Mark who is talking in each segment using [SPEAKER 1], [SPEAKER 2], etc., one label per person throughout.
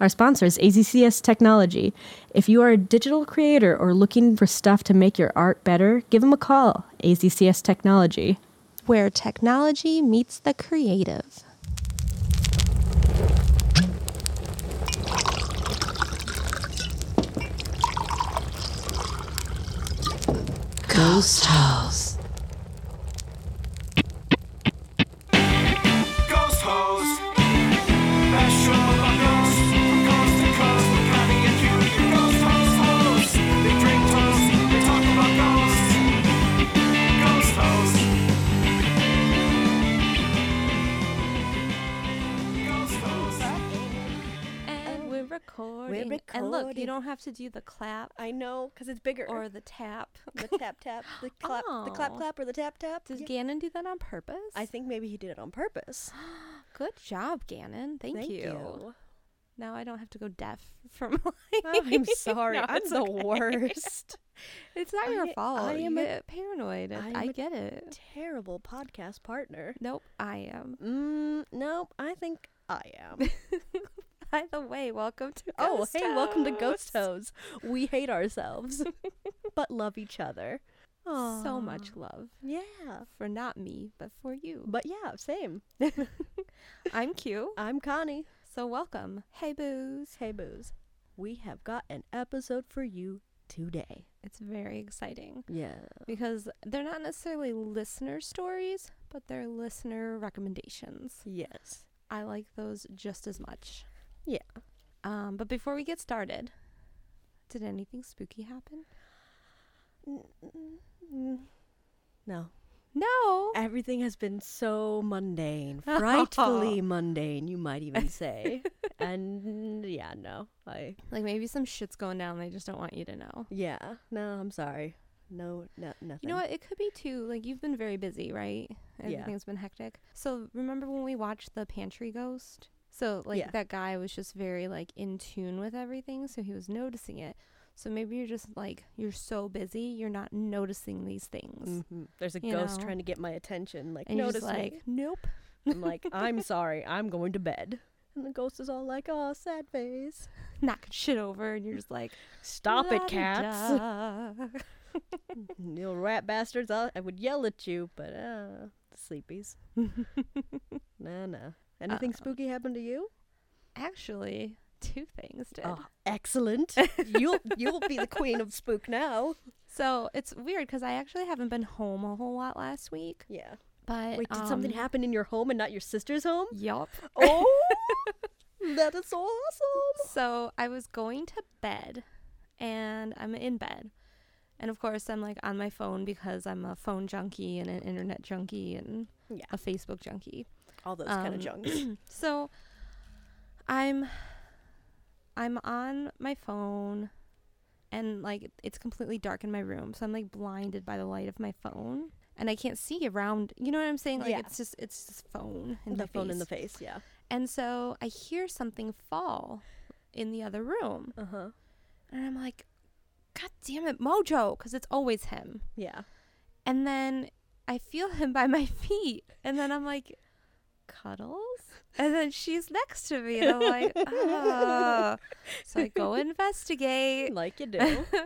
[SPEAKER 1] Our sponsor is AZCS Technology. If you are a digital creator or looking for stuff to make your art better, give them a call. AZCS Technology.
[SPEAKER 2] where technology meets the creative.
[SPEAKER 3] Ghost host. That show about ghosts from coast to coast. With Connie and Judy, your ghost host hosts. They drink toast. They talk about ghosts. Ghost host. Ghost host.
[SPEAKER 4] And we're recording. And look, you
[SPEAKER 5] recording.
[SPEAKER 4] don't have to do the clap
[SPEAKER 5] I know, because it's bigger.
[SPEAKER 4] or the tap.
[SPEAKER 5] the tap tap, the clap, the clap
[SPEAKER 4] Oh.
[SPEAKER 5] clap, or the tap tap.
[SPEAKER 4] Does
[SPEAKER 5] Yeah.
[SPEAKER 4] Gannon do that on purpose?
[SPEAKER 5] I think maybe he did it on purpose.
[SPEAKER 4] Good job, Gannon. Thank,
[SPEAKER 5] Thank
[SPEAKER 4] you.
[SPEAKER 5] you.
[SPEAKER 4] Now I don't have to go deaf from.
[SPEAKER 5] Oh, I'm sorry.
[SPEAKER 4] No,
[SPEAKER 5] I'm
[SPEAKER 4] it's
[SPEAKER 5] the
[SPEAKER 4] okay.
[SPEAKER 5] worst.
[SPEAKER 4] It's not
[SPEAKER 5] I-
[SPEAKER 4] your fault.
[SPEAKER 5] I
[SPEAKER 4] I
[SPEAKER 5] am
[SPEAKER 4] am
[SPEAKER 5] a-
[SPEAKER 4] paranoid.
[SPEAKER 5] I
[SPEAKER 4] I,
[SPEAKER 5] am a
[SPEAKER 4] get it.
[SPEAKER 5] Terrible podcast partner.
[SPEAKER 4] Nope, I am.
[SPEAKER 5] Mm, no, I think I am.
[SPEAKER 4] By the way, welcome to.
[SPEAKER 5] oh,
[SPEAKER 4] Ghost
[SPEAKER 5] hey, welcome to Ghost
[SPEAKER 4] House.
[SPEAKER 5] Hose. We hate ourselves, but love each other.
[SPEAKER 4] So
[SPEAKER 5] Aw.
[SPEAKER 4] much love
[SPEAKER 5] Yeah.
[SPEAKER 4] for not me, but for you.
[SPEAKER 5] But yeah, same.
[SPEAKER 4] I'm Q.
[SPEAKER 5] I'm Connie.
[SPEAKER 4] So welcome. Hey, booze.
[SPEAKER 5] Hey, Booze. We have got an episode for you today.
[SPEAKER 4] It's very exciting.
[SPEAKER 5] Yeah.
[SPEAKER 4] because they're not necessarily listener stories, but they're listener recommendations.
[SPEAKER 5] Yes.
[SPEAKER 4] I like those just as much.
[SPEAKER 5] Yeah.
[SPEAKER 4] Um, but before we get started, did anything spooky happen?
[SPEAKER 5] No.
[SPEAKER 4] No.
[SPEAKER 5] Everything has been so mundane, frightfully mundane, you might even say. and yeah, no. I
[SPEAKER 4] Like maybe some shit's going down. They just don't want you to know.
[SPEAKER 5] yeah, no, I'm sorry. No, no, nothing.
[SPEAKER 4] You know what? It could be too. Like you've been very busy, right?
[SPEAKER 5] Yeah.
[SPEAKER 4] Everything's been hectic. So remember when we watched the Pantry Ghost? So like
[SPEAKER 5] Yeah.
[SPEAKER 4] that guy was just very like in tune with everything, so he was noticing it. So maybe you're just like you're so busy, you're not noticing these things.
[SPEAKER 5] hmm There's a
[SPEAKER 4] You
[SPEAKER 5] ghost
[SPEAKER 4] know?
[SPEAKER 5] trying to get my attention. Like,
[SPEAKER 4] And you're
[SPEAKER 5] notice
[SPEAKER 4] just like,
[SPEAKER 5] me.
[SPEAKER 4] nope.
[SPEAKER 5] I'm like, I'm sorry. I'm going to bed. And the ghost is all like, "Oh, sad face.
[SPEAKER 4] knocking shit over, and you're just like,
[SPEAKER 5] Stop it, cats.
[SPEAKER 4] "La-di-da."
[SPEAKER 5] you rat bastards. I'll, I would yell at you, but uh, sleepies. nah, nah. Anything
[SPEAKER 4] Um,
[SPEAKER 5] spooky happened to you?
[SPEAKER 4] Actually, two things did.
[SPEAKER 5] Oh, excellent. you'll you'll be the queen of spook now.
[SPEAKER 4] So it's weird because I actually haven't been home a whole lot last week.
[SPEAKER 5] Yeah.
[SPEAKER 4] But
[SPEAKER 5] Wait, did something
[SPEAKER 4] um,
[SPEAKER 5] happen in your home and not your sister's home?
[SPEAKER 4] Yup.
[SPEAKER 5] Oh, that is so awesome.
[SPEAKER 4] so I was going to bed, and I'm in bed, and of course I'm like on my phone because I'm a phone junkie and an internet junkie and
[SPEAKER 5] Yeah.
[SPEAKER 4] a Facebook junkie.
[SPEAKER 5] All those kind
[SPEAKER 4] Um,
[SPEAKER 5] of junks.
[SPEAKER 4] So I'm I'm on my phone and like it's completely dark in my room. So I'm like blinded by the light of my phone and I can't see around. You know what I'm saying? Like
[SPEAKER 5] Yeah.
[SPEAKER 4] it's just it's just phone in
[SPEAKER 5] the
[SPEAKER 4] my
[SPEAKER 5] phone in the
[SPEAKER 4] face.
[SPEAKER 5] face, yeah.
[SPEAKER 4] And so I hear something fall in the other room
[SPEAKER 5] Uh huh.
[SPEAKER 4] and I'm like god damn it Mojo cuz it's always him.
[SPEAKER 5] Yeah.
[SPEAKER 4] And then I feel him by my feet. And then I'm like, cuddles? And then she's next to me. And I'm like, ah. So I go investigate.
[SPEAKER 5] Like you
[SPEAKER 4] eh.
[SPEAKER 5] do.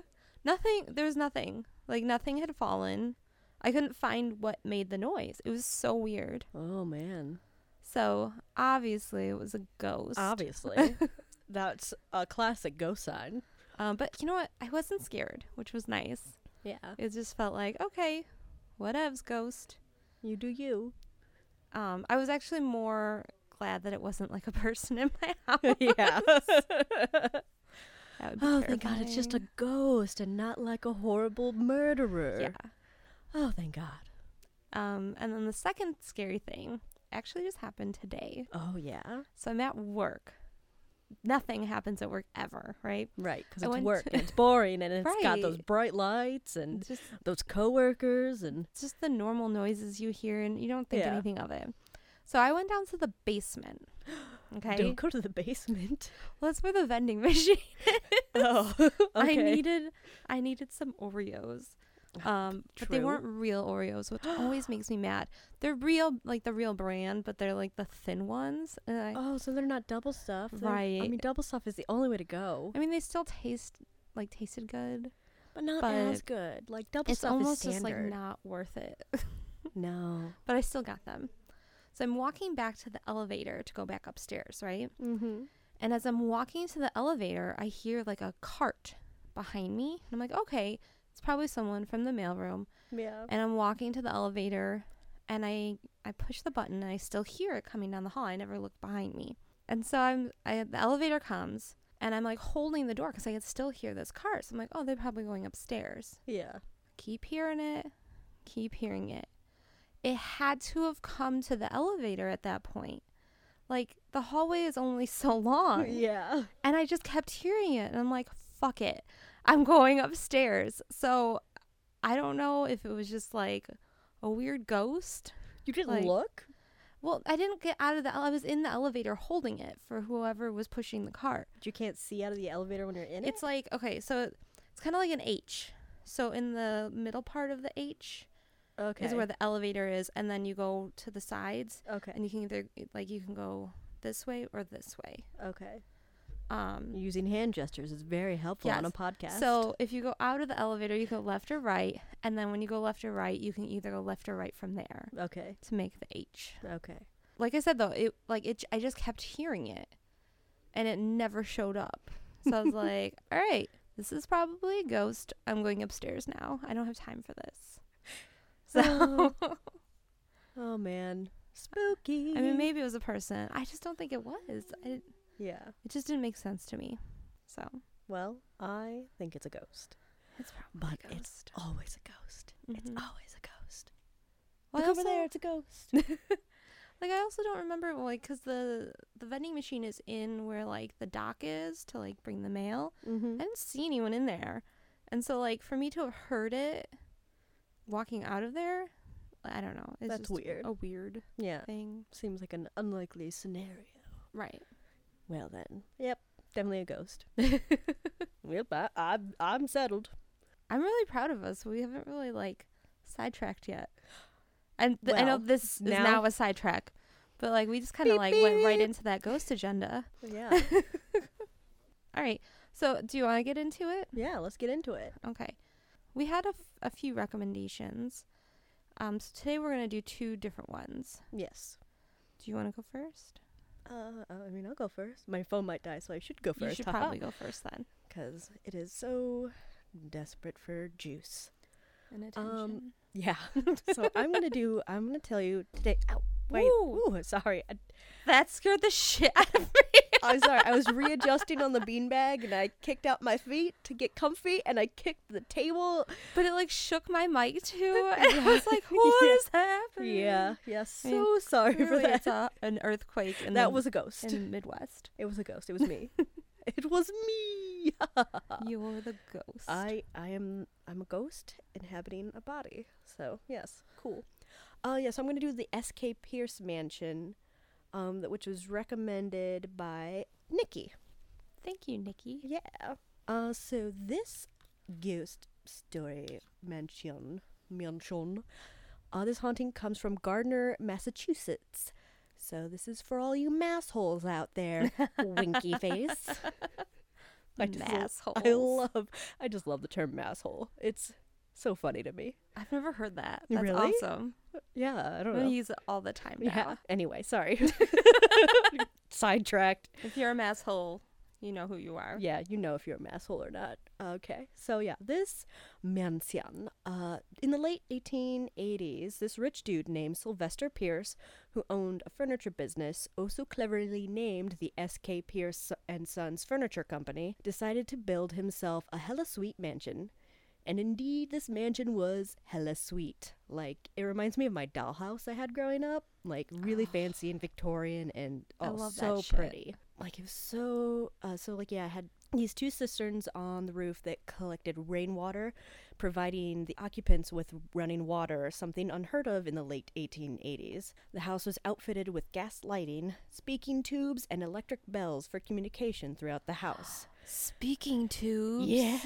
[SPEAKER 4] Nothing, there was nothing. Like, nothing had fallen. I couldn't find what made the noise. It was so weird.
[SPEAKER 5] oh man.
[SPEAKER 4] So obviously, it was a ghost.
[SPEAKER 5] Obviously. That's a classic ghost sign.
[SPEAKER 4] Um, but you know what? I wasn't scared, which was nice.
[SPEAKER 5] Yeah.
[SPEAKER 4] It just felt like, okay, whatevs, ghost.
[SPEAKER 5] You do you.
[SPEAKER 4] Um, I was actually more glad that it wasn't like a person in my house.
[SPEAKER 5] yeah.
[SPEAKER 4] That would be
[SPEAKER 5] oh thank God, it's just a
[SPEAKER 4] terrifying.
[SPEAKER 5] ghost and not like a horrible murderer.
[SPEAKER 4] yeah.
[SPEAKER 5] Oh thank God.
[SPEAKER 4] Um, and then the second scary thing actually just happened today.
[SPEAKER 5] Oh yeah.
[SPEAKER 4] So I'm at work. Nothing happens at work ever, right?
[SPEAKER 5] Right, because
[SPEAKER 4] I
[SPEAKER 5] it's
[SPEAKER 4] went
[SPEAKER 5] work
[SPEAKER 4] to-
[SPEAKER 5] and it's boring and it's got those
[SPEAKER 4] Right.
[SPEAKER 5] bright lights and
[SPEAKER 4] It's just
[SPEAKER 5] those coworkers and
[SPEAKER 4] it's just the normal noises you hear, and you don't think
[SPEAKER 5] Yeah.
[SPEAKER 4] anything of it. So I went down to the basement. Okay,
[SPEAKER 5] don't go to the basement.
[SPEAKER 4] well, that's where the vending machine.
[SPEAKER 5] oh,
[SPEAKER 4] I needed I needed some Oreos. Um, but they
[SPEAKER 5] True.
[SPEAKER 4] weren't real Oreos, which always makes me mad. They're real, like the real brand, but they're like the thin ones. And I,
[SPEAKER 5] Oh, so they're not double stuff. I
[SPEAKER 4] Right.
[SPEAKER 5] mean, double stuff is the only way to go,
[SPEAKER 4] I mean, they still taste like tasted good.
[SPEAKER 5] but not
[SPEAKER 4] but
[SPEAKER 5] as good. Like double
[SPEAKER 4] It's
[SPEAKER 5] stuff
[SPEAKER 4] almost
[SPEAKER 5] is
[SPEAKER 4] just like
[SPEAKER 5] standard.
[SPEAKER 4] not worth it.
[SPEAKER 5] no.
[SPEAKER 4] but I still got them. So I'm walking back to the elevator to go back upstairs, right?
[SPEAKER 2] Mm-hmm.
[SPEAKER 4] And as I'm walking to the elevator, I hear like a cart behind me. And I'm like, okay, it's probably someone from the mailroom.
[SPEAKER 5] Yeah.
[SPEAKER 4] And I'm walking to the elevator and I I push the button and I still hear it coming down the hall. I never look behind me. And so I'm I, the elevator comes and I'm like holding the door cuz I could still hear this cart. So I'm like, oh, they're probably going upstairs.
[SPEAKER 5] Yeah.
[SPEAKER 4] Keep hearing it. Keep hearing it. It had to have come to the elevator at that point. Like the hallway is only so long.
[SPEAKER 5] Yeah.
[SPEAKER 4] And I just kept hearing it. And I'm like, fuck it. I'm going upstairs. So I don't know if it was just like a weird ghost.
[SPEAKER 5] You didn't
[SPEAKER 4] Like-
[SPEAKER 5] look.
[SPEAKER 4] Well, I didn't get out of the, ele- I was in the elevator holding it for whoever was pushing the cart.
[SPEAKER 5] But You can't see out of the elevator when you're in
[SPEAKER 4] It's like, okay, so it's kind of like an H. So in the middle part of the H
[SPEAKER 5] it. Okay.
[SPEAKER 4] is where the elevator is. And then you go to the sides
[SPEAKER 5] okay.
[SPEAKER 4] and you can either, like, you can go this way or this way.
[SPEAKER 5] Okay.
[SPEAKER 4] Um,
[SPEAKER 5] Using hand gestures is very helpful on a
[SPEAKER 4] Yes.
[SPEAKER 5] podcast.
[SPEAKER 4] So if you go out of the elevator, you go left or right, and then when you go left or right, you can either go left or right from there
[SPEAKER 5] Okay.
[SPEAKER 4] to make the H.
[SPEAKER 5] Okay.
[SPEAKER 4] Like I said though, it like it, I just kept hearing it, and it never showed up. So I was like, all right, this is probably a ghost. I'm going upstairs now. I don't have time for this. So
[SPEAKER 5] Oh man. Spooky.
[SPEAKER 4] I mean, maybe it was a person. I just don't think it was. I, it
[SPEAKER 5] Yeah.
[SPEAKER 4] just didn't make sense to me. So
[SPEAKER 5] Well, I think it's a ghost.
[SPEAKER 4] it's probably
[SPEAKER 5] But
[SPEAKER 4] a
[SPEAKER 5] it's
[SPEAKER 4] ghost.
[SPEAKER 5] always a ghost. It's
[SPEAKER 4] Mhm.
[SPEAKER 5] always a ghost.
[SPEAKER 4] Well, I
[SPEAKER 5] Mm-hmm. Look over
[SPEAKER 4] also-
[SPEAKER 5] there. It's a ghost.
[SPEAKER 4] Like I also don't remember like because the the vending machine is in where like the dock is to like bring the mail. I
[SPEAKER 5] mm-hmm.
[SPEAKER 4] didn't see anyone in there, and so like for me to have heard it walking out of there, I don't know. It's
[SPEAKER 5] That's
[SPEAKER 4] just
[SPEAKER 5] weird.
[SPEAKER 4] A weird
[SPEAKER 5] Yeah.
[SPEAKER 4] thing,
[SPEAKER 5] Seems like an unlikely scenario.
[SPEAKER 4] right?
[SPEAKER 5] Well then. Yep. Definitely a ghost. yep. I, I, I'm settled.
[SPEAKER 4] I'm really proud of us. We haven't really like sidetracked yet, and th- I know
[SPEAKER 5] Well,
[SPEAKER 4] this is
[SPEAKER 5] now-
[SPEAKER 4] now a sidetrack, but like we just kind of
[SPEAKER 5] Beep,
[SPEAKER 4] like
[SPEAKER 5] beep,
[SPEAKER 4] went right
[SPEAKER 5] beep. Uh.
[SPEAKER 4] into that ghost agenda.
[SPEAKER 5] Yeah.
[SPEAKER 4] All right. So do you want to get into it?
[SPEAKER 5] yeah. Let's get into it.
[SPEAKER 4] Okay. We had a, f- a few recommendations. Um, so today we're going to do two different ones.
[SPEAKER 5] Yes.
[SPEAKER 4] Do you want to go first?
[SPEAKER 5] Uh, I mean, I'll go first. My phone might die, so I should go first.
[SPEAKER 4] you should probably go first then.
[SPEAKER 5] Because it is so desperate for juice.
[SPEAKER 4] And
[SPEAKER 5] Um, attention. Yeah. so I'm gonna do. I'm gonna tell you today. Ow, wait.
[SPEAKER 4] Ooh.
[SPEAKER 5] Ooh. sorry. I,
[SPEAKER 4] that scared the shit out of me.
[SPEAKER 5] I'm sorry. I was readjusting on the beanbag and I kicked out my feet to get comfy and I kicked the table.
[SPEAKER 4] but it like shook my mic too. And I was like, what
[SPEAKER 5] Yeah.
[SPEAKER 4] is happening?
[SPEAKER 5] Yeah. Yeah. So
[SPEAKER 4] mean,
[SPEAKER 5] sorry for
[SPEAKER 4] Really,
[SPEAKER 5] that.
[SPEAKER 4] it's a, an earthquake in
[SPEAKER 5] that
[SPEAKER 4] the,
[SPEAKER 5] was a ghost.
[SPEAKER 4] in the Midwest.
[SPEAKER 5] it was a ghost. It was me. it was me.
[SPEAKER 4] you were the ghost.
[SPEAKER 5] Uh, I I am I'm a ghost inhabiting a body. So yes, cool. Uh yes, I'm gonna do the S.K. Pierce Mansion, um, that which was recommended by Nikki.
[SPEAKER 4] Thank you, Nikki.
[SPEAKER 5] Yeah. Uh, so this ghost story mansion, mansion, uh, this haunting comes from Gardner, Massachusetts. So this is for all you massholes out there, winky face. I just lo- I
[SPEAKER 4] Massholes.
[SPEAKER 5] love, I just love the term masshole. It's so funny to me.
[SPEAKER 4] I've never heard that. That's
[SPEAKER 5] Really?
[SPEAKER 4] awesome.
[SPEAKER 5] Yeah, I
[SPEAKER 4] I'm
[SPEAKER 5] don't
[SPEAKER 4] going
[SPEAKER 5] know.
[SPEAKER 4] to use it all the time now.
[SPEAKER 5] yeah. Anyway, sorry. Sidetracked.
[SPEAKER 4] If you're a masshole, you know who you are.
[SPEAKER 5] Yeah, you know if you're a masshole or not. Okay, so yeah, this mansion. Uh, in the late 1880s, this rich dude named Sylvester Pierce, who owned a furniture business, also cleverly named the S.K. Pierce and Sons Furniture Company, decided to build himself a hella sweet mansion. And indeed, this mansion was hella sweet. Like, it reminds me of my dollhouse I had growing up. Like, really fancy and Victorian and
[SPEAKER 4] Ah. I
[SPEAKER 5] oh,
[SPEAKER 4] love that
[SPEAKER 5] so
[SPEAKER 4] shit.
[SPEAKER 5] pretty. Like, it was so, uh, so, like, yeah, I had these two cisterns on the roof that collected rainwater, providing the occupants with running water, something unheard of in the late 1880s. The house was outfitted with gas lighting, speaking tubes, and electric bells for communication throughout the house.
[SPEAKER 4] Speaking tubes.
[SPEAKER 5] Yeah.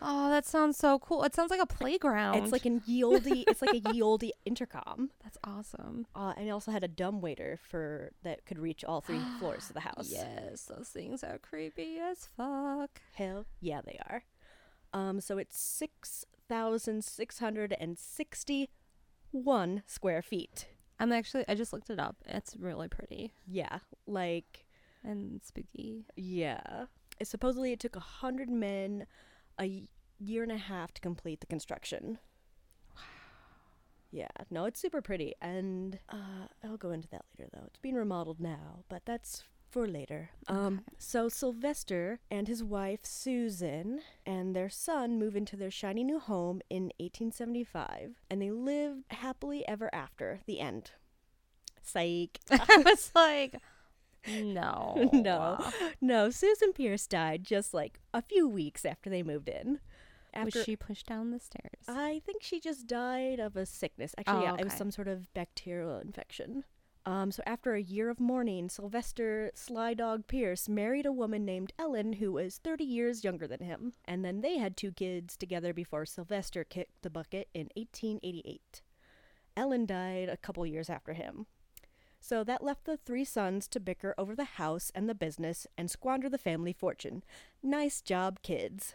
[SPEAKER 4] Oh, that sounds so cool. It sounds like a playground.
[SPEAKER 5] it's like an yieldy it's like a yieldy intercom.
[SPEAKER 4] that's awesome.
[SPEAKER 5] Uh, and it also had a dumb waiter for that could reach all three floors of the house.
[SPEAKER 4] Yes, those things are creepy as fuck.
[SPEAKER 5] Hell yeah, they are. Um, so it's six thousand six hundred and sixty-one square feet.
[SPEAKER 4] I'm actually. I just looked it up. It's really pretty
[SPEAKER 5] Yeah, like
[SPEAKER 4] and spooky.
[SPEAKER 5] yeah. It, supposedly, it took a hundred men a y- year and a half to complete the construction. Yeah, no, it's super pretty, and uh, I'll go into that later. Though it's being remodeled now, but that's for later. Um, so Sylvester and his wife Susan and their son move into their shiny new home in 1875, and they live happily ever after. The end. Psych.
[SPEAKER 4] I was like, no,
[SPEAKER 5] no, no. Susan Pierce died just like a few weeks after they moved in.
[SPEAKER 4] Was
[SPEAKER 5] After
[SPEAKER 4] she pushed down the stairs?
[SPEAKER 5] I think she just died of a sickness. Actually,
[SPEAKER 4] Oh,
[SPEAKER 5] yeah, it was
[SPEAKER 4] okay.
[SPEAKER 5] some sort of bacterial infection. Um, so after a year of mourning, Sylvester Sly Dog Pierce married a woman named Ellen who was 30 years younger than him, and then they had two kids together before Sylvester kicked the bucket in 1888. Ellen died a couple years after him. So that left the three sons to bicker over the house and the business and squander the family fortune. Nice job, kids.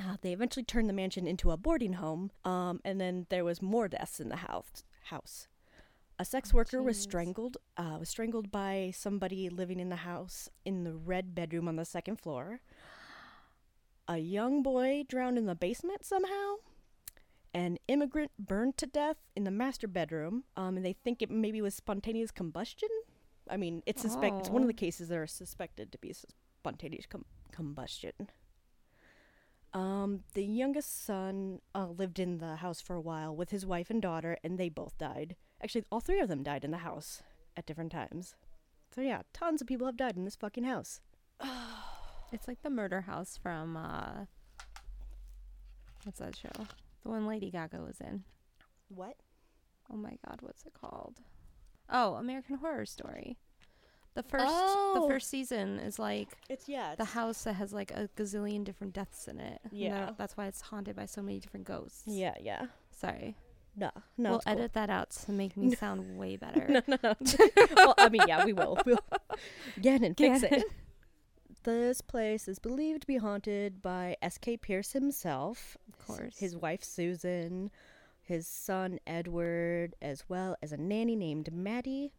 [SPEAKER 5] Uh, they eventually turned the mansion into a boarding home, um, and then there was more deaths in the house. House. A sex worker was strangled. Uh, was strangled by somebody living in the house in the red bedroom on the second floor. A young boy drowned in the basement somehow. An immigrant burned to death in the master bedroom, um, and they think it maybe was spontaneous combustion. I mean, it's suspect. It's one of the cases that are suspected to be sus- spontaneous com- combustion. Um, the youngest son uh, lived in the house for a while with his wife and daughter, and they both died. Actually, all three of them died in the house at different times. So yeah, tons of people have died in this fucking house.
[SPEAKER 4] It's like the murder house from uh, what's that show? The one Lady Gaga was in.
[SPEAKER 5] What?
[SPEAKER 4] Oh my God, what's it called? Oh, American Horror Story. The first,
[SPEAKER 5] Oh.
[SPEAKER 4] the first season is like
[SPEAKER 5] It's yeah.
[SPEAKER 4] the house that has like a gazillion different deaths in it. And
[SPEAKER 5] Yeah.
[SPEAKER 4] that- that's why it's haunted by so many different ghosts.
[SPEAKER 5] yeah, yeah.
[SPEAKER 4] Sorry.
[SPEAKER 5] No, no.
[SPEAKER 4] we'll
[SPEAKER 5] it's cool.
[SPEAKER 4] edit that out to make me sound way better.
[SPEAKER 5] well, I mean, yeah, we will. We'll get and fix it. This place is believed to be haunted by S.K. Pierce himself,
[SPEAKER 4] Of course.
[SPEAKER 5] his wife Susan, his son Edward, as well as a nanny named Maddie.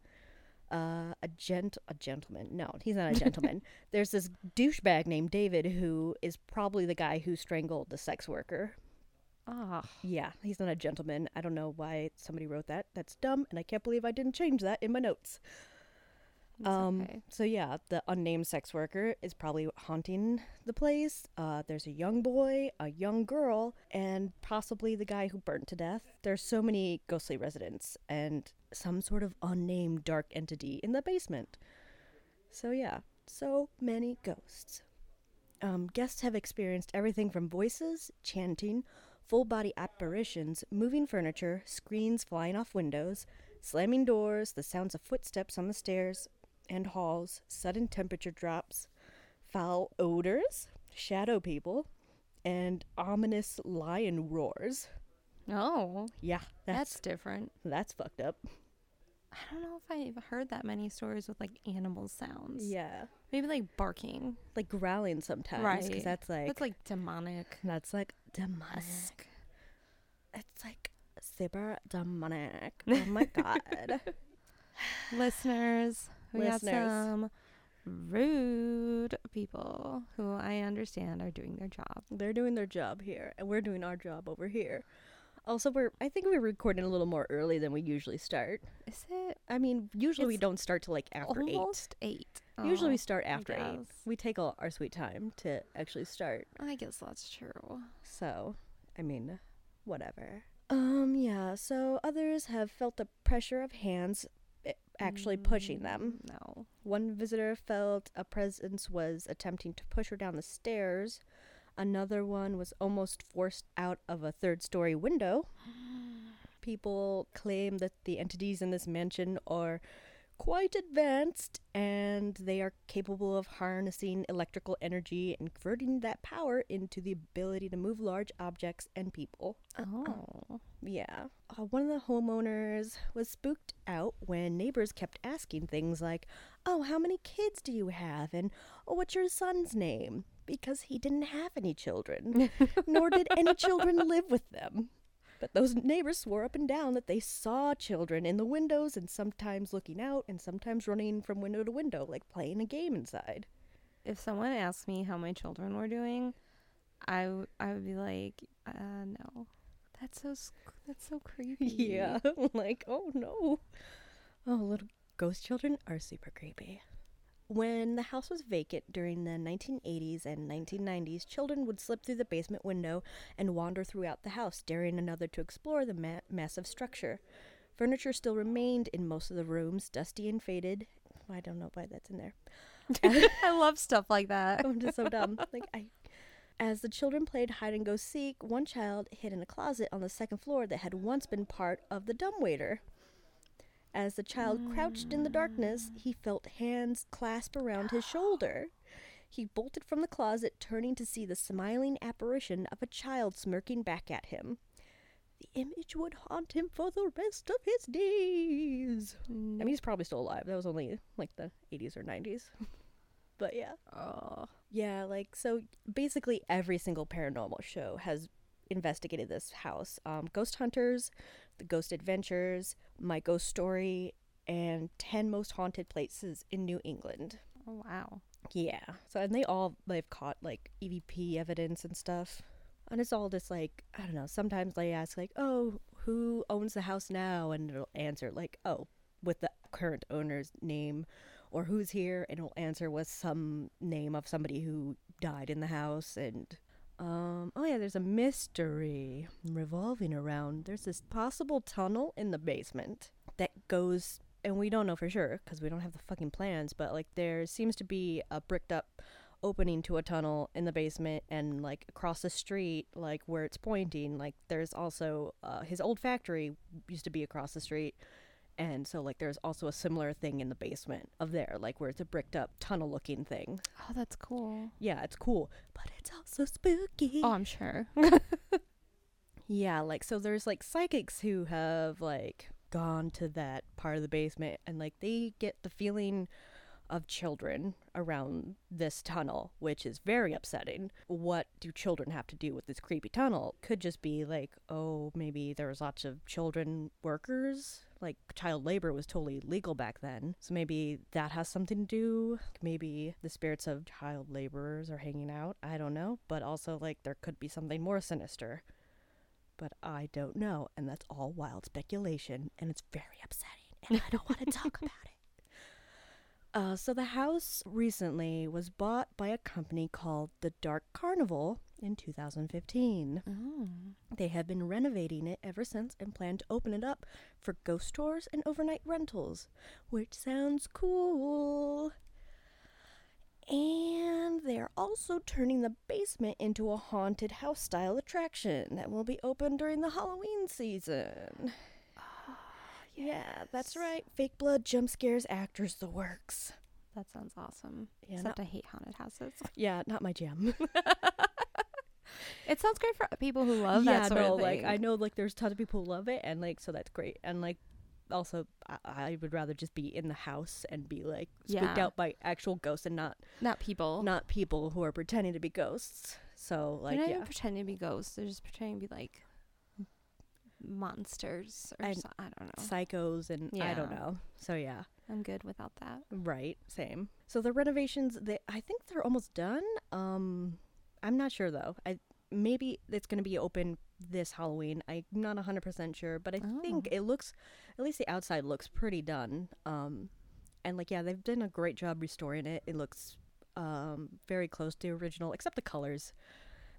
[SPEAKER 5] Uh, a gent, a gentleman. No, he's not a gentleman. There's this douchebag named David who is probably the guy who strangled the sex worker.
[SPEAKER 4] Ah,
[SPEAKER 5] Yeah, he's not a gentleman. I don't know why somebody wrote that. That's dumb, and I can't believe I didn't change that in my notes.
[SPEAKER 4] it's
[SPEAKER 5] um,
[SPEAKER 4] okay.
[SPEAKER 5] So yeah, the unnamed sex worker is probably haunting the place. Uh, there's a young boy, a young girl, and possibly the guy who burned to death. There's so many ghostly residents and some sort of unnamed dark entity in the basement. So yeah, so many ghosts. Um, guests have experienced everything from voices, chanting, full body apparitions, moving furniture, screens flying off windows, slamming doors, the sounds of footsteps on the stairs and halls, sudden temperature drops, foul odors, shadow people, and ominous lion roars.
[SPEAKER 4] Oh,
[SPEAKER 5] Yeah,
[SPEAKER 4] that's,
[SPEAKER 5] that's
[SPEAKER 4] different.
[SPEAKER 5] that's fucked up.
[SPEAKER 4] I don't know if I've heard that many stories with like animal sounds.
[SPEAKER 5] Yeah,
[SPEAKER 4] Maybe like barking.
[SPEAKER 5] like growling sometimes.
[SPEAKER 4] Right.
[SPEAKER 5] because that's like
[SPEAKER 4] That's like demonic.
[SPEAKER 5] that's like demonic. It's like super demonic. Oh my god.
[SPEAKER 4] Listeners, we got
[SPEAKER 5] Listeners.
[SPEAKER 4] some rude people who I understand are doing their job.
[SPEAKER 5] They're doing their job here, and we're doing our job over here. Also, we're I think we're recording a little more early than we usually start.
[SPEAKER 4] Is it
[SPEAKER 5] I mean, usually we
[SPEAKER 4] It's
[SPEAKER 5] don't start till like after eight.
[SPEAKER 4] almost eight?
[SPEAKER 5] Usually
[SPEAKER 4] Oh,
[SPEAKER 5] we start after eight.
[SPEAKER 4] guess.
[SPEAKER 5] We take all our sweet time to actually start.
[SPEAKER 4] I guess that's true.
[SPEAKER 5] So, I mean, whatever. Um, yeah. So others have felt the pressure of hands eh, actually
[SPEAKER 4] Mm.
[SPEAKER 5] pushing them.
[SPEAKER 4] No.
[SPEAKER 5] One visitor felt a presence was attempting to push her down the stairs. Another one was almost forced out of a third story window. People claim that the entities in this mansion are quite advanced and they are capable of harnessing electrical energy and converting that power into the ability to move large objects and people.
[SPEAKER 4] Oh.
[SPEAKER 5] Yeah. Uh, one of the homeowners was spooked out when neighbors kept asking things like, Oh, how many kids do you have? And oh, what's your son's name? Because he didn't have any children, nor did any children live with them. But those neighbors swore up and down that they saw children in the windows and sometimes looking out and sometimes running from window to window, like playing a game inside.
[SPEAKER 4] If someone asked me how my children were doing, I, w- I would be like, uh, no. That's so sc- that's so creepy.
[SPEAKER 5] Yeah, like, oh no. Oh, little ghost children are super creepy. When the house was vacant during the 1980s and 1990s, children would slip through the basement window and wander throughout the house, daring another to explore the ma- massive structure. Furniture still remained in most of the rooms, dusty and faded. I don't know why that's in there.
[SPEAKER 4] I love stuff like that.
[SPEAKER 5] I'm just so dumb. Like I. As the children played hide and go seek, one child hid in a closet on the second floor that had once been part of the dumbwaiter. As the child crouched in the darkness, he felt hands clasp around his shoulder. He bolted from the closet, turning to see the smiling apparition of a child smirking back at him. The image would haunt him for the rest of his days. I mean, he's probably still alive. That was only like the 80s or 90s. but yeah.
[SPEAKER 4] Oh.
[SPEAKER 5] Yeah, like so basically every single paranormal show has investigated this house. Um, Ghost Hunters, The Ghost Adventures, My Ghost Story, and 10 Most Haunted Places in New England.
[SPEAKER 4] Oh wow.
[SPEAKER 5] Yeah. So and they all they've caught like EVP evidence and stuff. And it's all just like I don't know. Sometimes they ask like, "Oh, who owns the house now?" And it'll answer like, "Oh, with the current owner's name," or "Who's here?" And it'll answer with some name of somebody who died in the house. And um, oh yeah, there's a mystery revolving around. There's this possible tunnel in the basement that goes and we don't know for sure because we don't have the fucking plans but like there seems to be a bricked up opening to a tunnel in the basement and like across the street like where it's pointing like there's also uh, his old factory used to be across the street and so like there's also a similar thing in the basement of there like where it's a bricked up tunnel looking thing
[SPEAKER 4] Oh, that's cool.
[SPEAKER 5] yeah it's cool but it's also spooky
[SPEAKER 4] Oh, I'm sure.
[SPEAKER 5] yeah, like so there's like psychics who have like gone to that part of the basement and like they get the feeling of children around this tunnel, which is very upsetting. What do children have to do with this creepy tunnel? Could just be like, oh, maybe there was lots of children workers. Like child labor was totally legal back then. So maybe that has something to do. Maybe the spirits of child laborers are hanging out. I don't know. But also, like, there could be something more sinister but I don't know, and that's all wild speculation, and it's very upsetting, and I don't want to talk about it. Uh, so the house recently was bought by a company called the Dark Carnival in 2015. They have been renovating it ever since and plan to open it up for ghost tours and overnight rentals, which sounds cool. And they're also turning the basement into a haunted house style attraction that will be open during the Halloween season. Ah, Yeah, that's right. Fake blood, jump scares, actors, the works.
[SPEAKER 4] that sounds awesome.
[SPEAKER 5] Yeah,
[SPEAKER 4] Except I hate haunted houses.
[SPEAKER 5] Yeah, not my jam.
[SPEAKER 4] It sounds great for people who love
[SPEAKER 5] yeah,
[SPEAKER 4] that sort
[SPEAKER 5] no,
[SPEAKER 4] of thing.
[SPEAKER 5] like I know like there's tons of people who love it, and like so that's great. And like also, I, I would rather just be in the house and be like spooked
[SPEAKER 4] Yeah.
[SPEAKER 5] out by actual ghosts and not
[SPEAKER 4] Not people.
[SPEAKER 5] not people who are pretending to be ghosts. So like
[SPEAKER 4] they're not
[SPEAKER 5] yeah,
[SPEAKER 4] even pretending to be ghosts. They're just pretending to be like monsters or
[SPEAKER 5] And
[SPEAKER 4] so- I don't know.
[SPEAKER 5] psychos and I don't
[SPEAKER 4] Yeah.
[SPEAKER 5] know. So yeah.
[SPEAKER 4] I'm good without that.
[SPEAKER 5] Right, same. So the renovations, they I think they're almost done. Um, I'm not sure though. I maybe it's going to be open this Halloween. I'm not 100% sure, but I think
[SPEAKER 4] Oh.
[SPEAKER 5] it looks at least the outside looks pretty done. Um, and like yeah, they've done a great job restoring it. It looks um very close to the original except the colors.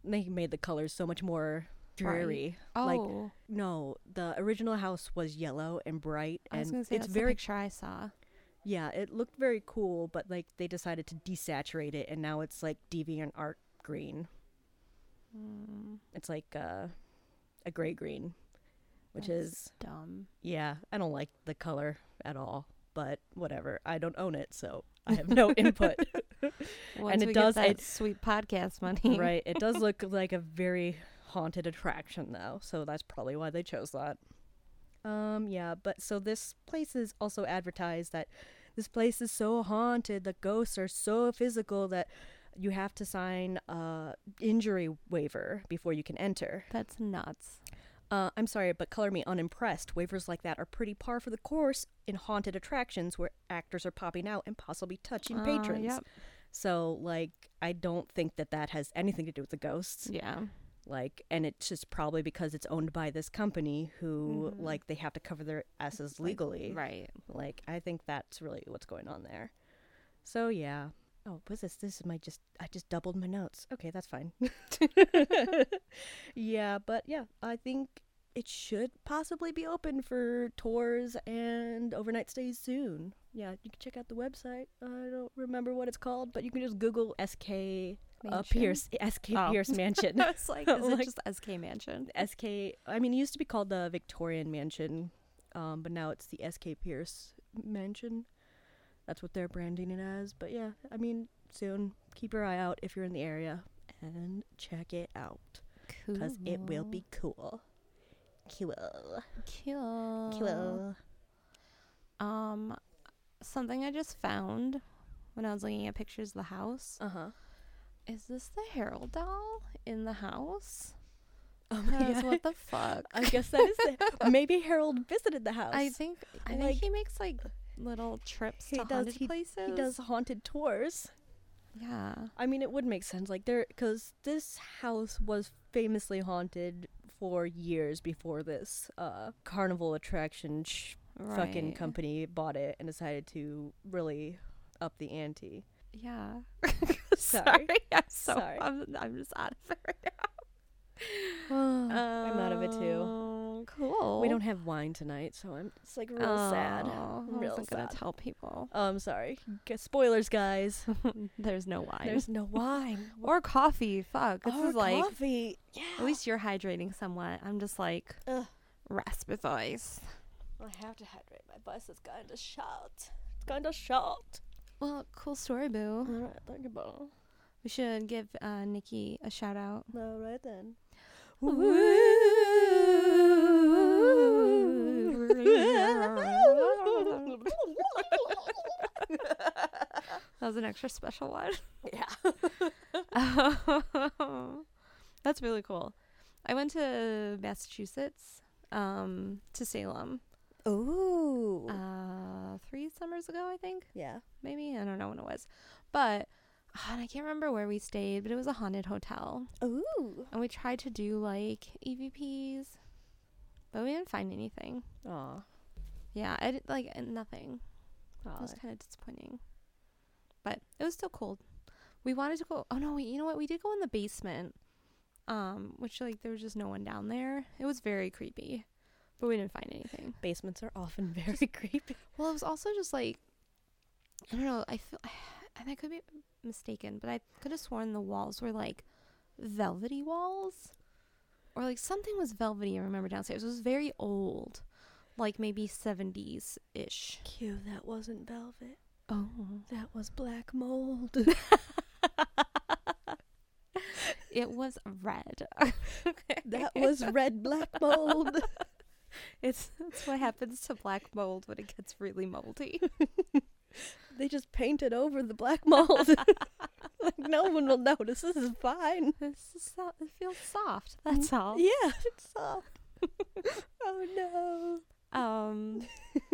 [SPEAKER 5] They made the colors so much more dreary.
[SPEAKER 4] Oh,
[SPEAKER 5] Like no, the original house was yellow and bright
[SPEAKER 4] I was
[SPEAKER 5] and
[SPEAKER 4] gonna say
[SPEAKER 5] it's
[SPEAKER 4] that's
[SPEAKER 5] very
[SPEAKER 4] the picture I saw.
[SPEAKER 5] yeah, it looked very cool, but like they decided to desaturate it, and now it's like deviant art green.
[SPEAKER 4] Mm,
[SPEAKER 5] It's like uh, a gray green, which
[SPEAKER 4] That's
[SPEAKER 5] is
[SPEAKER 4] dumb.
[SPEAKER 5] yeah, I don't like the color at all. but whatever. I don't own it, so I have no input.
[SPEAKER 4] Once
[SPEAKER 5] And it
[SPEAKER 4] we
[SPEAKER 5] does-
[SPEAKER 4] get that
[SPEAKER 5] it-
[SPEAKER 4] sweet podcast money,
[SPEAKER 5] right. It does look like a very haunted attraction though, so that's probably why they chose that. Um yeah, but so this place is also advertised that this place is so haunted, the ghosts are so physical that you have to sign a injury waiver before you can enter.
[SPEAKER 4] That's nuts.
[SPEAKER 5] Uh, I'm sorry, but color me unimpressed. Waivers like that are pretty par for the course in haunted attractions where actors are popping out and possibly touching
[SPEAKER 4] Uh,
[SPEAKER 5] patrons.
[SPEAKER 4] yep.
[SPEAKER 5] So, like, I don't think that that has anything to do with the ghosts.
[SPEAKER 4] Yeah.
[SPEAKER 5] Like, and it's just probably because it's owned by this company who, like, they have to cover their asses legally.
[SPEAKER 4] Mm-hmm. Right.
[SPEAKER 5] Like, I think that's really what's going on there. So, yeah. Oh, was this? This is my just. I just doubled my notes. Okay, that's fine. yeah, but yeah, I think it should possibly be open for tours and overnight stays soon. Yeah, you can check out the website. I don't remember what it's called, but you can just Google SK uh, Pierce SK
[SPEAKER 4] Oh.
[SPEAKER 5] Pierce Mansion.
[SPEAKER 4] I was like, is
[SPEAKER 5] Like-
[SPEAKER 4] it just SK Mansion?
[SPEAKER 5] SK. I mean, it used to be called the Victorian Mansion, um, but now it's the SK Pierce Mansion. That's what they're branding it as. But yeah, I mean, soon keep your eye out if you're in the area and check it out because it will be cool. Cool.
[SPEAKER 4] cool. Um, something I just found when I was looking at pictures of the house.
[SPEAKER 5] Uh huh.
[SPEAKER 4] Is this the Harold doll in the house?
[SPEAKER 5] Oh
[SPEAKER 4] Because What the fuck?
[SPEAKER 5] I guess that is the, maybe Harold visited the house.
[SPEAKER 4] I think I
[SPEAKER 5] Like-
[SPEAKER 4] think he makes like little trips
[SPEAKER 5] He
[SPEAKER 4] to
[SPEAKER 5] does-
[SPEAKER 4] haunted
[SPEAKER 5] he- he
[SPEAKER 4] places.
[SPEAKER 5] he does haunted tours.
[SPEAKER 4] Yeah.
[SPEAKER 5] I mean, it would make sense. Like there, because this house was famously haunted for years before this uh, carnival attraction sh- fucking
[SPEAKER 4] Right.
[SPEAKER 5] company bought it and decided to really up the ante.
[SPEAKER 4] Yeah.
[SPEAKER 5] Sorry.
[SPEAKER 4] Sorry. I'm so
[SPEAKER 5] Sorry.
[SPEAKER 4] I'm, I'm just out of it right now.
[SPEAKER 5] I'm out of it too.
[SPEAKER 4] Oh, Cool.
[SPEAKER 5] Uh, We don't have wine tonight, so I'm it's like real sad.
[SPEAKER 4] Oh, I
[SPEAKER 5] Real
[SPEAKER 4] wasn't gonna
[SPEAKER 5] sad.
[SPEAKER 4] tell people.
[SPEAKER 5] Oh, I'm sorry. G- spoilers, guys.
[SPEAKER 4] There's no wine.
[SPEAKER 5] There's no wine.
[SPEAKER 4] or coffee. Fuck. This
[SPEAKER 5] Or
[SPEAKER 4] is like
[SPEAKER 5] coffee. Yeah.
[SPEAKER 4] at least you're hydrating somewhat. I'm just like
[SPEAKER 5] Ugh.
[SPEAKER 4] raspy voice.
[SPEAKER 5] I have to hydrate. My voice is kind of shot. It's kind of shot.
[SPEAKER 4] Well, cool story, boo.
[SPEAKER 5] All right, thank you, bro.
[SPEAKER 4] We should give uh, Nikki a shout out.
[SPEAKER 5] All right then.
[SPEAKER 4] That was an extra special one.
[SPEAKER 5] Yeah.
[SPEAKER 4] That's really cool. I went to Massachusetts, um, to Salem,
[SPEAKER 5] Ooh.
[SPEAKER 4] uh, three summers ago, I think.
[SPEAKER 5] yeah.
[SPEAKER 4] Maybe. I don't know when it was. But, ah, and I can't remember where we stayed, but it was a haunted hotel.
[SPEAKER 5] Ooh.
[SPEAKER 4] And we tried to do like EVPs, but we didn't find anything.
[SPEAKER 5] Aw.
[SPEAKER 4] Yeah, I did, like and nothing. It
[SPEAKER 5] Aw.
[SPEAKER 4] was kind of disappointing, but it was still cold. We wanted to go. Oh no, wait. You know what? We did go in the basement, um, which like there was just no one down there. It was very creepy, but we didn't find anything.
[SPEAKER 5] Basements are often very creepy.
[SPEAKER 4] Well, it was also just like I don't know. I feel, and I could be mistaken, but I could have sworn the walls were like velvety walls, or like something was velvety. I remember downstairs it was very old, like maybe seventies ish.
[SPEAKER 5] Q, that wasn't velvet.
[SPEAKER 4] Oh.
[SPEAKER 5] That was black mold.
[SPEAKER 4] It was red.
[SPEAKER 5] that was red black mold.
[SPEAKER 4] it's that's what happens to black mold when it gets really moldy.
[SPEAKER 5] they just painted over the black mold. like no one will notice. This is fine.
[SPEAKER 4] This is so, it feels soft. That's all.
[SPEAKER 5] Yeah, it's soft. oh no.
[SPEAKER 4] Um.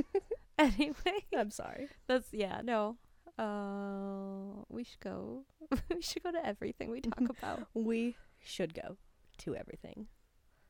[SPEAKER 4] anyway,
[SPEAKER 5] I'm sorry.
[SPEAKER 4] that's yeah. No. Uh, we should go. we should go to everything we talk about.
[SPEAKER 5] We should go to everything.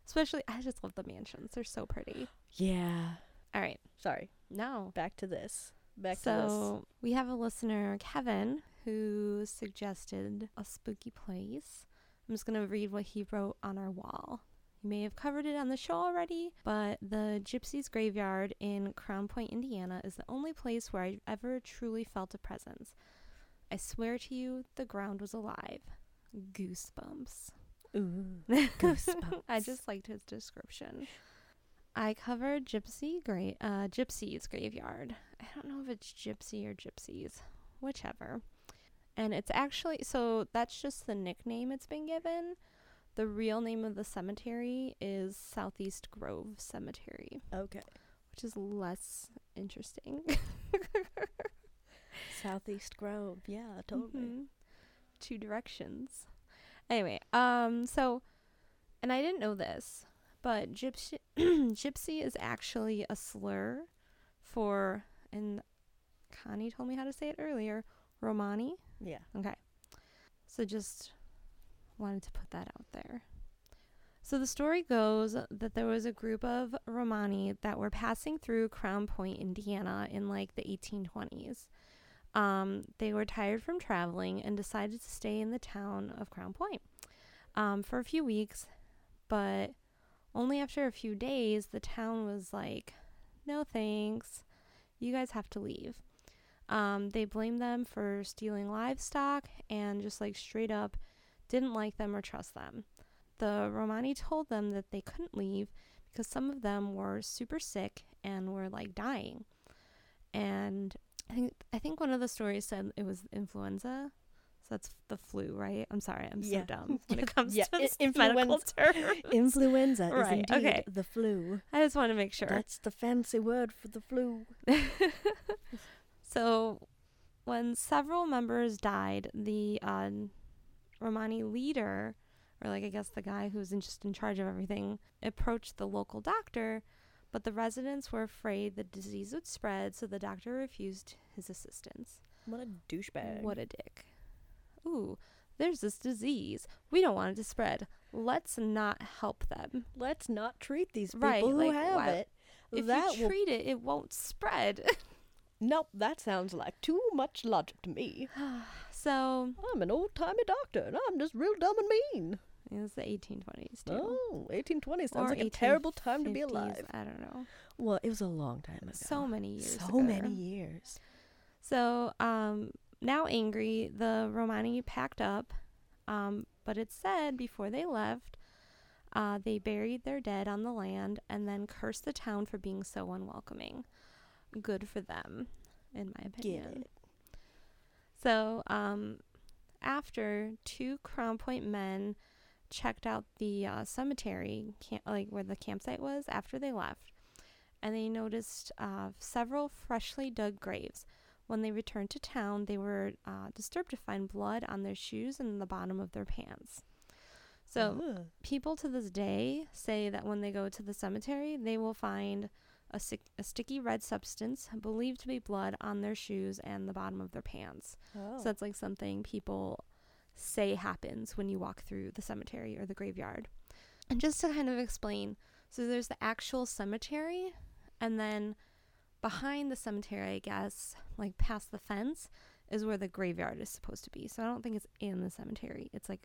[SPEAKER 4] Especially, I just love the mansions. They're so pretty.
[SPEAKER 5] Yeah.
[SPEAKER 4] All right.
[SPEAKER 5] Sorry.
[SPEAKER 4] Now,
[SPEAKER 5] Back to this. Back to
[SPEAKER 4] so we have a listener, Kevin, who suggested a spooky place. I'm just going to read what he wrote on our wall. You may have covered it on the show already, but the Gypsies Graveyard in Crown Point, Indiana is the only place where I ever truly felt a presence. I swear to you, the ground was alive. Goosebumps.
[SPEAKER 5] this. Ooh. Goosebumps.
[SPEAKER 4] I just liked his description. I covered Gypsy Gra- uh, Gypsy's Graveyard. I don't know if it's Gypsy or Gypsies, whichever. And it's actually, so that's just the nickname it's been given. The real name of the cemetery is Southeast Grove Cemetery,
[SPEAKER 5] Okay.
[SPEAKER 4] which is less interesting.
[SPEAKER 5] Southeast Grove. Yeah, totally.
[SPEAKER 4] Mhm. Two directions. Anyway, um, so, and I didn't know this, but gypsy, gypsy is actually a slur for, and Connie told me how to say it earlier, Romani.
[SPEAKER 5] Yeah.
[SPEAKER 4] Okay. So just wanted to put that out there. So the story goes that there was a group of Romani that were passing through Crown Point, Indiana in like the 1820s. Um, they were tired from traveling and decided to stay in the town of Crown Point um, for a few weeks, but only after a few days, the town was like, no thanks, you guys have to leave. Um, they blamed them for stealing livestock and just like straight up didn't like them or trust them. The Romani told them that they couldn't leave because some of them were super sick and were like dying. And I think I think one of the stories said it was influenza. So that's the flu, right? I'm sorry, I'm
[SPEAKER 5] Yeah.
[SPEAKER 4] so dumb when it comes
[SPEAKER 5] Yeah,
[SPEAKER 4] to
[SPEAKER 5] i-
[SPEAKER 4] s- medical
[SPEAKER 5] influenza.
[SPEAKER 4] terms.
[SPEAKER 5] Influenza
[SPEAKER 4] Right,
[SPEAKER 5] is indeed
[SPEAKER 4] okay.
[SPEAKER 5] the flu.
[SPEAKER 4] I just want to make sure.
[SPEAKER 5] That's the fancy word for the flu.
[SPEAKER 4] so, when several members died, the uh, Romani leader, or like I guess the guy who was in, just in charge of everything, approached the local doctor, but the residents were afraid the disease would spread, so the doctor refused his assistance.
[SPEAKER 5] What a douchebag.
[SPEAKER 4] What a dick. Ooh, there's this disease. We don't want it to spread. Let's not help them.
[SPEAKER 5] Let's not treat these people
[SPEAKER 4] Right,
[SPEAKER 5] who
[SPEAKER 4] like,
[SPEAKER 5] have
[SPEAKER 4] why-
[SPEAKER 5] it.
[SPEAKER 4] If
[SPEAKER 5] that
[SPEAKER 4] you
[SPEAKER 5] will-
[SPEAKER 4] treat it, it won't spread.
[SPEAKER 5] Nope, that sounds like too much logic to me.
[SPEAKER 4] so,
[SPEAKER 5] I'm an old timey doctor and I'm just real dumb and mean.
[SPEAKER 4] it was the 1820s, too.
[SPEAKER 5] Oh, 1820 sounds
[SPEAKER 4] Or
[SPEAKER 5] like a terrible time to be
[SPEAKER 4] 1850s,
[SPEAKER 5] alive.
[SPEAKER 4] I don't know.
[SPEAKER 5] Well, it was a long time ago.
[SPEAKER 4] So many years.
[SPEAKER 5] So
[SPEAKER 4] ago.
[SPEAKER 5] many years.
[SPEAKER 4] So, um, now angry, the Romani packed up, um, but it said before they left, uh, they buried their dead on the land and then cursed the town for being so unwelcoming. Good for them, in my opinion.
[SPEAKER 5] Get it.
[SPEAKER 4] So, um, after two Crown Point men checked out the uh, cemetery, camp- like where the campsite was, after they left, and they noticed uh, several freshly dug graves. When they returned to town, they were uh, disturbed to find blood on their shoes and the bottom of their pants. So,
[SPEAKER 5] Ugh.
[SPEAKER 4] people to this day say that when they go to the cemetery, they will find a, sick, a sticky red substance believed to be blood on their shoes and the bottom of their pants.
[SPEAKER 5] Oh.
[SPEAKER 4] So that's like something people say happens when you walk through the cemetery or the graveyard. And just to kind of explain, so there's the actual cemetery, and then behind the cemetery, I guess, like past the fence, is where the graveyard is supposed to be. So I don't think it's in the cemetery, it's like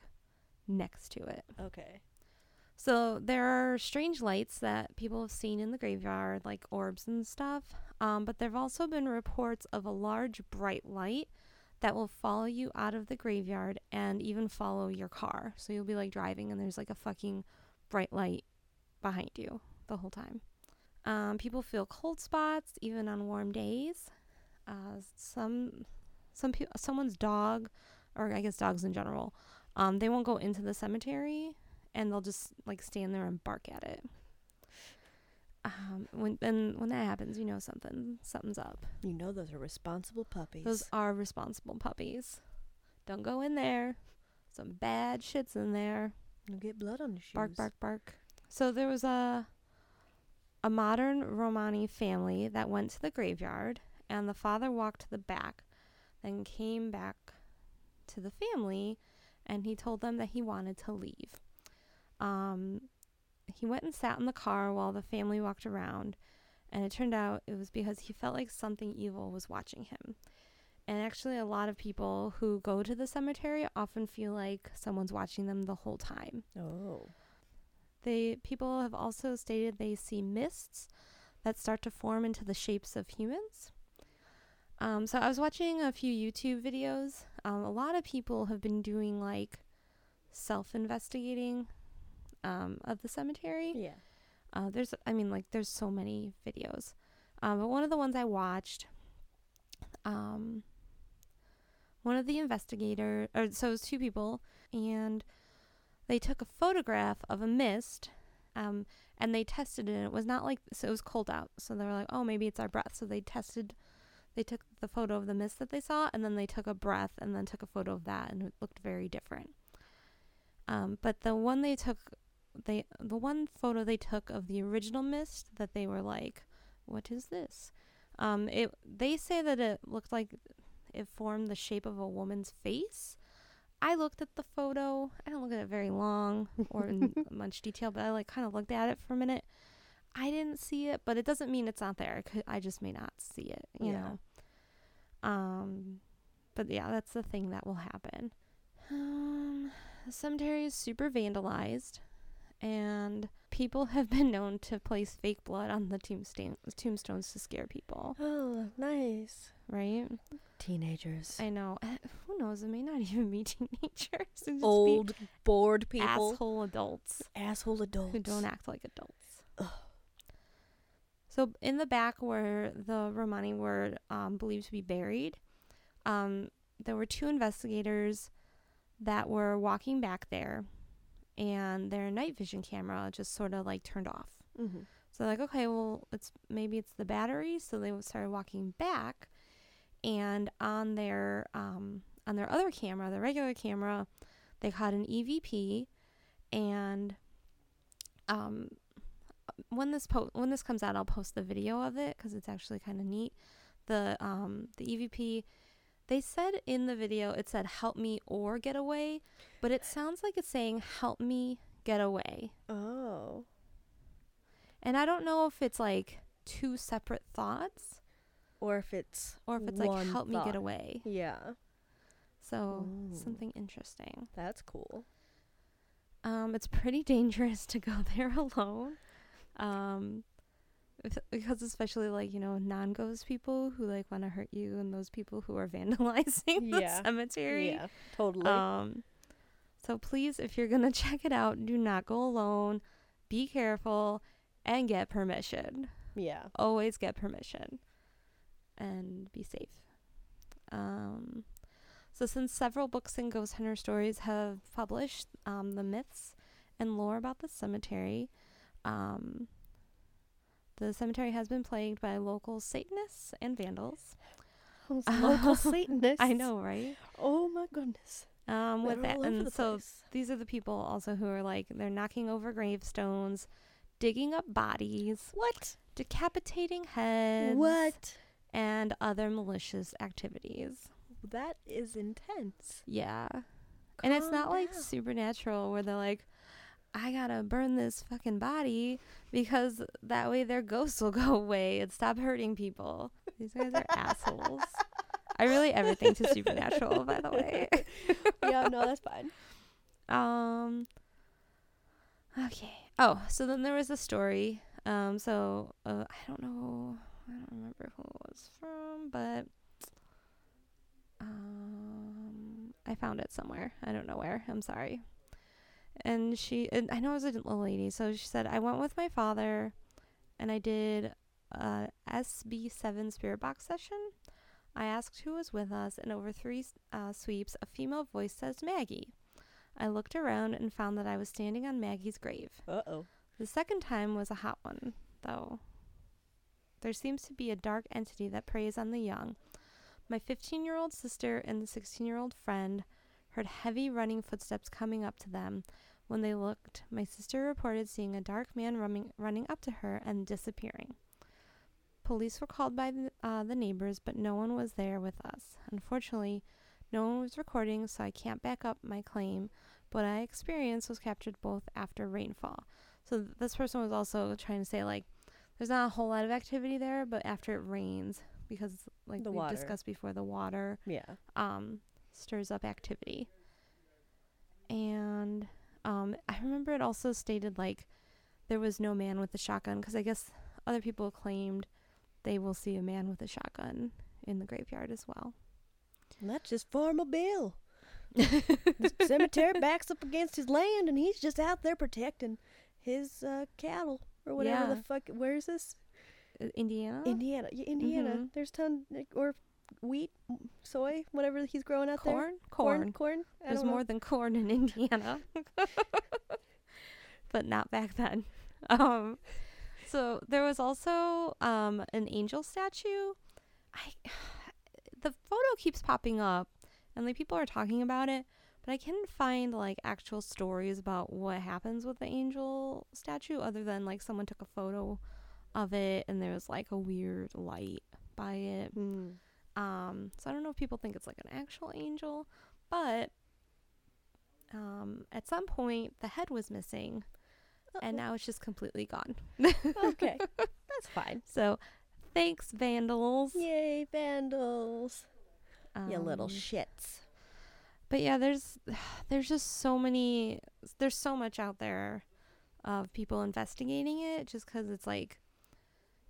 [SPEAKER 4] next to it.
[SPEAKER 5] okay.
[SPEAKER 4] So there are strange lights that people have seen in the graveyard, like orbs and stuff. Um, but there have also been reports of a large bright light that will follow you out of the graveyard and even follow your car. So you'll be like driving and there's like a fucking bright light behind you the whole time. Um, people feel cold spots even on warm days. Uh, some, some peo- someone's dog, or I guess dogs in general, um, they won't go into the cemetery and they'll just like stand there and bark at it. Um, when then when that happens, you know something something's up.
[SPEAKER 5] You know those are responsible puppies.
[SPEAKER 4] Those are responsible puppies. Don't go in there. Some bad shits in there.
[SPEAKER 5] you get blood on the shoes.
[SPEAKER 4] Bark, bark, bark. So there was a a modern Romani family that went to the graveyard, and the father walked to the back, then came back to the family, and he told them that he wanted to leave. Um, he went and sat in the car while the family walked around, and it turned out it was because he felt like something evil was watching him. And actually, a lot of people who go to the cemetery often feel like someone's watching them the whole time.
[SPEAKER 5] Oh.
[SPEAKER 4] They people have also stated they see mists that start to form into the shapes of humans. Um, so I was watching a few YouTube videos. Um, a lot of people have been doing like self investigating um, of the cemetery.
[SPEAKER 5] Yeah.
[SPEAKER 4] Uh, there's, I mean, like, there's so many videos. Um, but one of the ones I watched, um, one of the investigator, or so it was two people, and they took a photograph of a mist, um, and they tested it. And it was not like so it was cold out, so they were like, oh, maybe it's our breath. So they tested, they took the photo of the mist that they saw, and then they took a breath, and then took a photo of that, and it looked very different. Um, but the one they took, they the one photo they took of the original mist that they were like, what is this? Um, it they say that it looked like it formed the shape of a woman's face. I looked at the photo. I didn't look at it very long or in much detail, but I like kind of looked at it for a minute. I didn't see it, but it doesn't mean it's not there. I could- I just may not see it, you
[SPEAKER 5] Yeah.
[SPEAKER 4] know. Um, but yeah, that's the thing that will happen. Um, the cemetery is super vandalized, and people have been known to place fake blood on the tombstone tombstones to scare people.
[SPEAKER 5] Oh, nice.
[SPEAKER 4] Right?
[SPEAKER 5] Teenagers.
[SPEAKER 4] I know. Eh, Who knows? It may not even be teenagers. It just be
[SPEAKER 5] Old, bored people.
[SPEAKER 4] asshole adults
[SPEAKER 5] Asshole adults.
[SPEAKER 4] who don't act like adults. So in the back where the Romani were um, believed to be buried, um, there were two investigators that were walking back there, and their night vision camera just sort of like turned off.
[SPEAKER 5] Mhm.
[SPEAKER 4] So like, okay, well, it's maybe it's the battery. So they started walking back, and on their um, on their other camera, the regular camera, they caught an EVP, and um, when this po- when this comes out, I'll post the video of it because it's actually kind of neat. The um, the EVP. They said in the video it said help me or get away, but it sounds like it's saying help me get away.
[SPEAKER 5] Oh.
[SPEAKER 4] And I don't know if it's like two separate thoughts
[SPEAKER 5] Or if it's.
[SPEAKER 4] or if it's like
[SPEAKER 5] one
[SPEAKER 4] help me
[SPEAKER 5] thought.
[SPEAKER 4] get away.
[SPEAKER 5] Yeah.
[SPEAKER 4] So
[SPEAKER 5] Ooh.
[SPEAKER 4] something interesting.
[SPEAKER 5] That's cool.
[SPEAKER 4] Um, it's pretty dangerous to go there alone. Um, if- because especially like you know non-ghost people who like want to hurt you and those people who are vandalizing
[SPEAKER 5] Yeah.
[SPEAKER 4] the cemetery.
[SPEAKER 5] Yeah, totally.
[SPEAKER 4] Um, so please, if you're gonna check it out, do not go alone. Be careful and get permission.
[SPEAKER 5] yeah.
[SPEAKER 4] always get permission and be safe. Um, so, since several books and ghost hunter stories have published um, the myths and lore about the cemetery, um, the cemetery has been plagued by local Satanists and vandals.
[SPEAKER 5] Those local
[SPEAKER 4] Oh,
[SPEAKER 5] Satanists.
[SPEAKER 4] I know, right?
[SPEAKER 5] Oh my goodness.
[SPEAKER 4] Um, with
[SPEAKER 5] They're
[SPEAKER 4] that,
[SPEAKER 5] all over
[SPEAKER 4] and
[SPEAKER 5] the
[SPEAKER 4] so
[SPEAKER 5] place.
[SPEAKER 4] these are the people also who are like they're knocking over gravestones, digging up bodies,
[SPEAKER 5] What?
[SPEAKER 4] decapitating heads.
[SPEAKER 5] What?
[SPEAKER 4] and other malicious activities.
[SPEAKER 5] That is intense.
[SPEAKER 4] Yeah. and it's
[SPEAKER 5] Calm
[SPEAKER 4] not like
[SPEAKER 5] down.
[SPEAKER 4] supernatural where they're like, I gotta burn this fucking body because that way their ghosts will go away and stop hurting people. These guys are assholes. I relate everything to supernatural, by the way.
[SPEAKER 5] yeah, no, that's fine.
[SPEAKER 4] Um. Okay. Oh, so then there was a story. Um. So uh, I don't know. I don't remember who it was from, but um, I found it somewhere. I don't know where. I'm sorry. And she, and I know it was a little lady. So she said, I went with my father, and I did a SB7 spirit box session. I asked who was with us, and over three s- uh, sweeps, a female voice says Maggie. I looked around and found that I was standing on Maggie's grave.
[SPEAKER 5] Uh oh.
[SPEAKER 4] The second time was a hot one, though. There seems to be a dark entity that preys on the young. My 15 year old sister and the 16 year old friend heard heavy running footsteps coming up to them. When they looked, my sister reported seeing a dark man running, running up to her and disappearing. Police were called by the, uh, the neighbors, but no one was there with us. Unfortunately, no one was recording, so I can't back up my claim. But I experienced was captured both after rainfall. So th- this person was also trying to say like, there's not a whole lot of activity there, but after it rains, because like
[SPEAKER 5] The
[SPEAKER 4] we
[SPEAKER 5] water.
[SPEAKER 4] discussed before, the water
[SPEAKER 5] Yeah.
[SPEAKER 4] um, stirs up activity. And um, I remember it also stated like there was no man with a shotgun because I guess other people claimed they will see a man with a shotgun in the graveyard as well.
[SPEAKER 5] That's just Farmer Bill. the cemetery backs up against his land, and he's just out there protecting his uh, cattle. or whatever
[SPEAKER 4] Yeah.
[SPEAKER 5] the fuck. Where is this?
[SPEAKER 4] Uh, Indiana?
[SPEAKER 5] Indiana. Yeah, Indiana.
[SPEAKER 4] Mhm.
[SPEAKER 5] There's ton like, or wheat, m- soy, whatever he's growing out there.
[SPEAKER 4] corn? Corn.
[SPEAKER 5] Corn. Corn. I
[SPEAKER 4] There's
[SPEAKER 5] don't know.
[SPEAKER 4] more than corn in Indiana. but not back then. Um so there was also um an angel statue. I the photo keeps popping up and like people are talking about it, but I couldn't find like actual stories about what happens with the angel statue other than like someone took a photo of it and there was like a weird light by it.
[SPEAKER 5] Hmm.
[SPEAKER 4] Um, so I don't know if people think it's like an actual angel, but um, at some point the head was missing, and now it's just completely gone.
[SPEAKER 5] Uh, Oh. okay, that's fine.
[SPEAKER 4] So thanks, vandals.
[SPEAKER 5] Yay, vandals! you little
[SPEAKER 4] Um,
[SPEAKER 5] shits.
[SPEAKER 4] but yeah, there's there's just so many there's so much out there of people investigating it just because it's like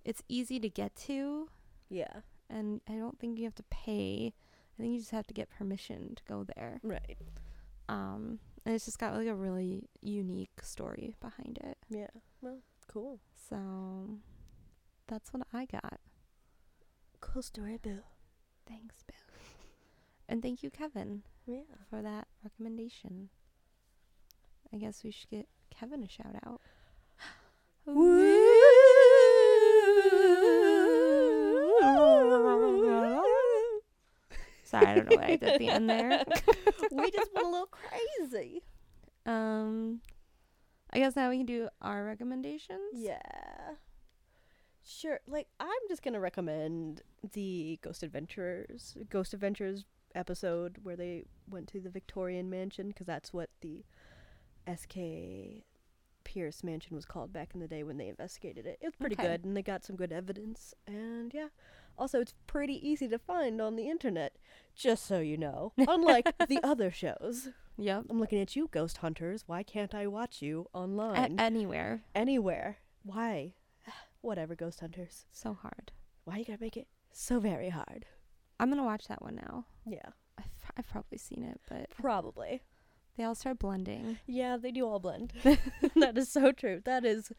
[SPEAKER 4] it's easy to get to,
[SPEAKER 5] Yeah.
[SPEAKER 4] and I don't think you have to pay. I think you just have to get permission to go there.
[SPEAKER 5] Right.
[SPEAKER 4] um and it's just got like a really unique story behind it
[SPEAKER 5] Yeah. Well, cool.
[SPEAKER 4] so that's what i got
[SPEAKER 5] Cool story, Boo.
[SPEAKER 4] thanks bill and thank you kevin
[SPEAKER 5] Yeah.
[SPEAKER 4] for that recommendation i guess we should get kevin a shout out sorry i don't know what i did at the end there
[SPEAKER 5] we just went a little crazy.
[SPEAKER 4] um i guess now we can do our recommendations
[SPEAKER 5] Yeah. Sure. Like I'm just gonna recommend the Ghost Adventurers Ghost Adventures episode where they went to the Victorian mansion because that's what the SK Pierce mansion was called back in the day when they investigated it. It was pretty
[SPEAKER 4] Okay.
[SPEAKER 5] good and they got some good evidence and yeah. Also it's pretty easy to find on the internet, just so you know. Unlike the other shows.
[SPEAKER 4] yep
[SPEAKER 5] I'm looking at you, Ghost Hunters. Why can't I watch you
[SPEAKER 4] A-
[SPEAKER 5] online?
[SPEAKER 4] anywhere
[SPEAKER 5] anywhere. Why? Whatever, Ghost Hunters.
[SPEAKER 4] So hard.
[SPEAKER 5] Why you gotta make it so very hard?
[SPEAKER 4] I'm gonna watch that one now.
[SPEAKER 5] Yeah,
[SPEAKER 4] I've, I've probably seen it, but
[SPEAKER 5] probably.
[SPEAKER 4] they all start blending.
[SPEAKER 5] Yeah, they do all blend. that is so true. That is,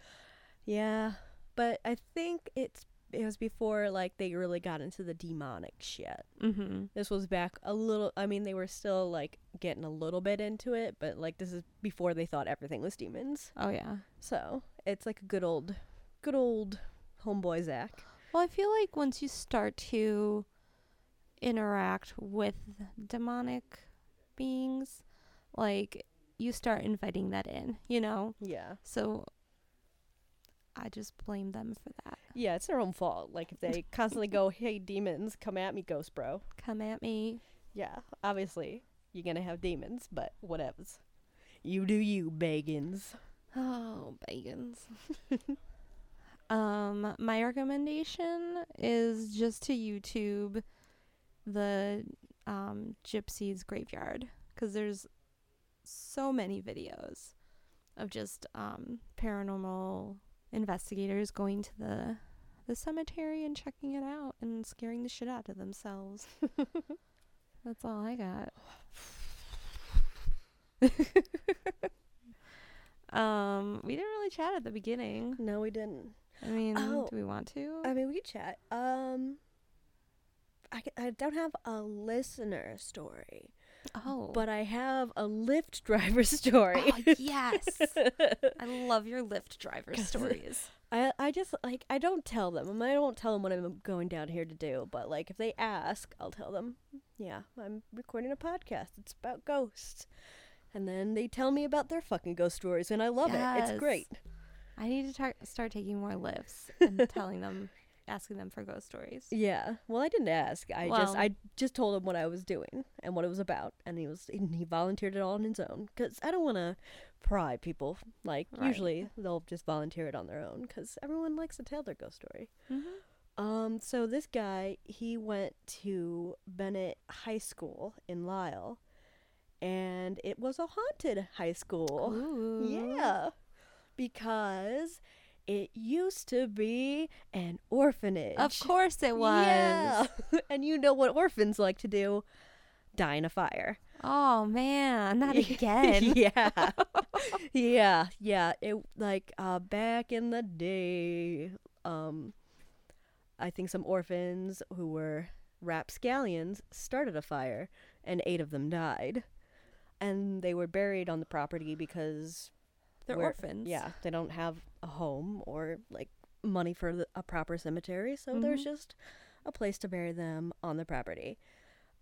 [SPEAKER 5] yeah. But I think it's it was before like they really got into the demonic shit.
[SPEAKER 4] Mm-hmm.
[SPEAKER 5] This was back a little. I mean, they were still like getting a little bit into it, but like this is before they thought everything was demons.
[SPEAKER 4] Oh yeah.
[SPEAKER 5] So it's like a good old, good old homeboy Zach.
[SPEAKER 4] Well, I feel like once you start to interact with demonic beings, like you start inviting that in. You know.
[SPEAKER 5] Yeah.
[SPEAKER 4] So I just blame them for that.
[SPEAKER 5] Yeah, it's their own fault. Like if they constantly go, "Hey, demons, come at me, ghost bro."
[SPEAKER 4] Come at me.
[SPEAKER 5] Yeah, obviously you're gonna have demons, but whatevs. You do you, Bagans.
[SPEAKER 4] Oh, bagans. um, my recommendation is just to YouTube the um, Gypsies Graveyard because there's so many videos of just um, paranormal investigators going to the the cemetery and checking it out and scaring the shit out of themselves. That's all I got. Um, we didn't really chat at the beginning.
[SPEAKER 5] No, we didn't.
[SPEAKER 4] I mean,
[SPEAKER 5] Oh.
[SPEAKER 4] do we want to?
[SPEAKER 5] I mean, we could chat. Um, I c- I don't have a listener story,
[SPEAKER 4] oh,
[SPEAKER 5] but I have a Lyft driver story.
[SPEAKER 4] oh yes, I love your Lyft driver stories.
[SPEAKER 5] I I just like I don't tell them. I mean, I won't tell them what I'm going down here to do. But like if they ask, I'll tell them. Yeah, I'm recording a podcast. It's about ghosts, and then they tell me about their fucking ghost stories, and I love it.
[SPEAKER 4] Yes.
[SPEAKER 5] It's great.
[SPEAKER 4] I need to tar- start taking more lifts and telling them, asking them for ghost stories.
[SPEAKER 5] Yeah. Well, I didn't ask. I
[SPEAKER 4] Well-
[SPEAKER 5] just I just told him what I was doing and what it was about, and he was and he volunteered it all on his own because I don't want to pry people. Like
[SPEAKER 4] Right.
[SPEAKER 5] usually they'll just volunteer it on their own because everyone likes to tell their ghost story.
[SPEAKER 4] Mm-hmm.
[SPEAKER 5] Um, so this guy, he went to Bennett High School in Lyle, and it was a haunted high
[SPEAKER 4] Oh,
[SPEAKER 5] school.
[SPEAKER 4] Ooh.
[SPEAKER 5] Yeah, because it used to be an orphanage.
[SPEAKER 4] Of course it was.
[SPEAKER 5] Yeah, and you know what orphans like to do? Die in a fire.
[SPEAKER 4] Oh man, not again.
[SPEAKER 5] yeah. yeah, yeah. It like uh back in the day, um I think some orphans who were rapscallions started a fire and eight of them died. And they were buried on the property because
[SPEAKER 4] They're
[SPEAKER 5] where-
[SPEAKER 4] orphans.
[SPEAKER 5] Yeah, they don't have a home or like money for the, a proper cemetery, so there's just a place to bury them on the property.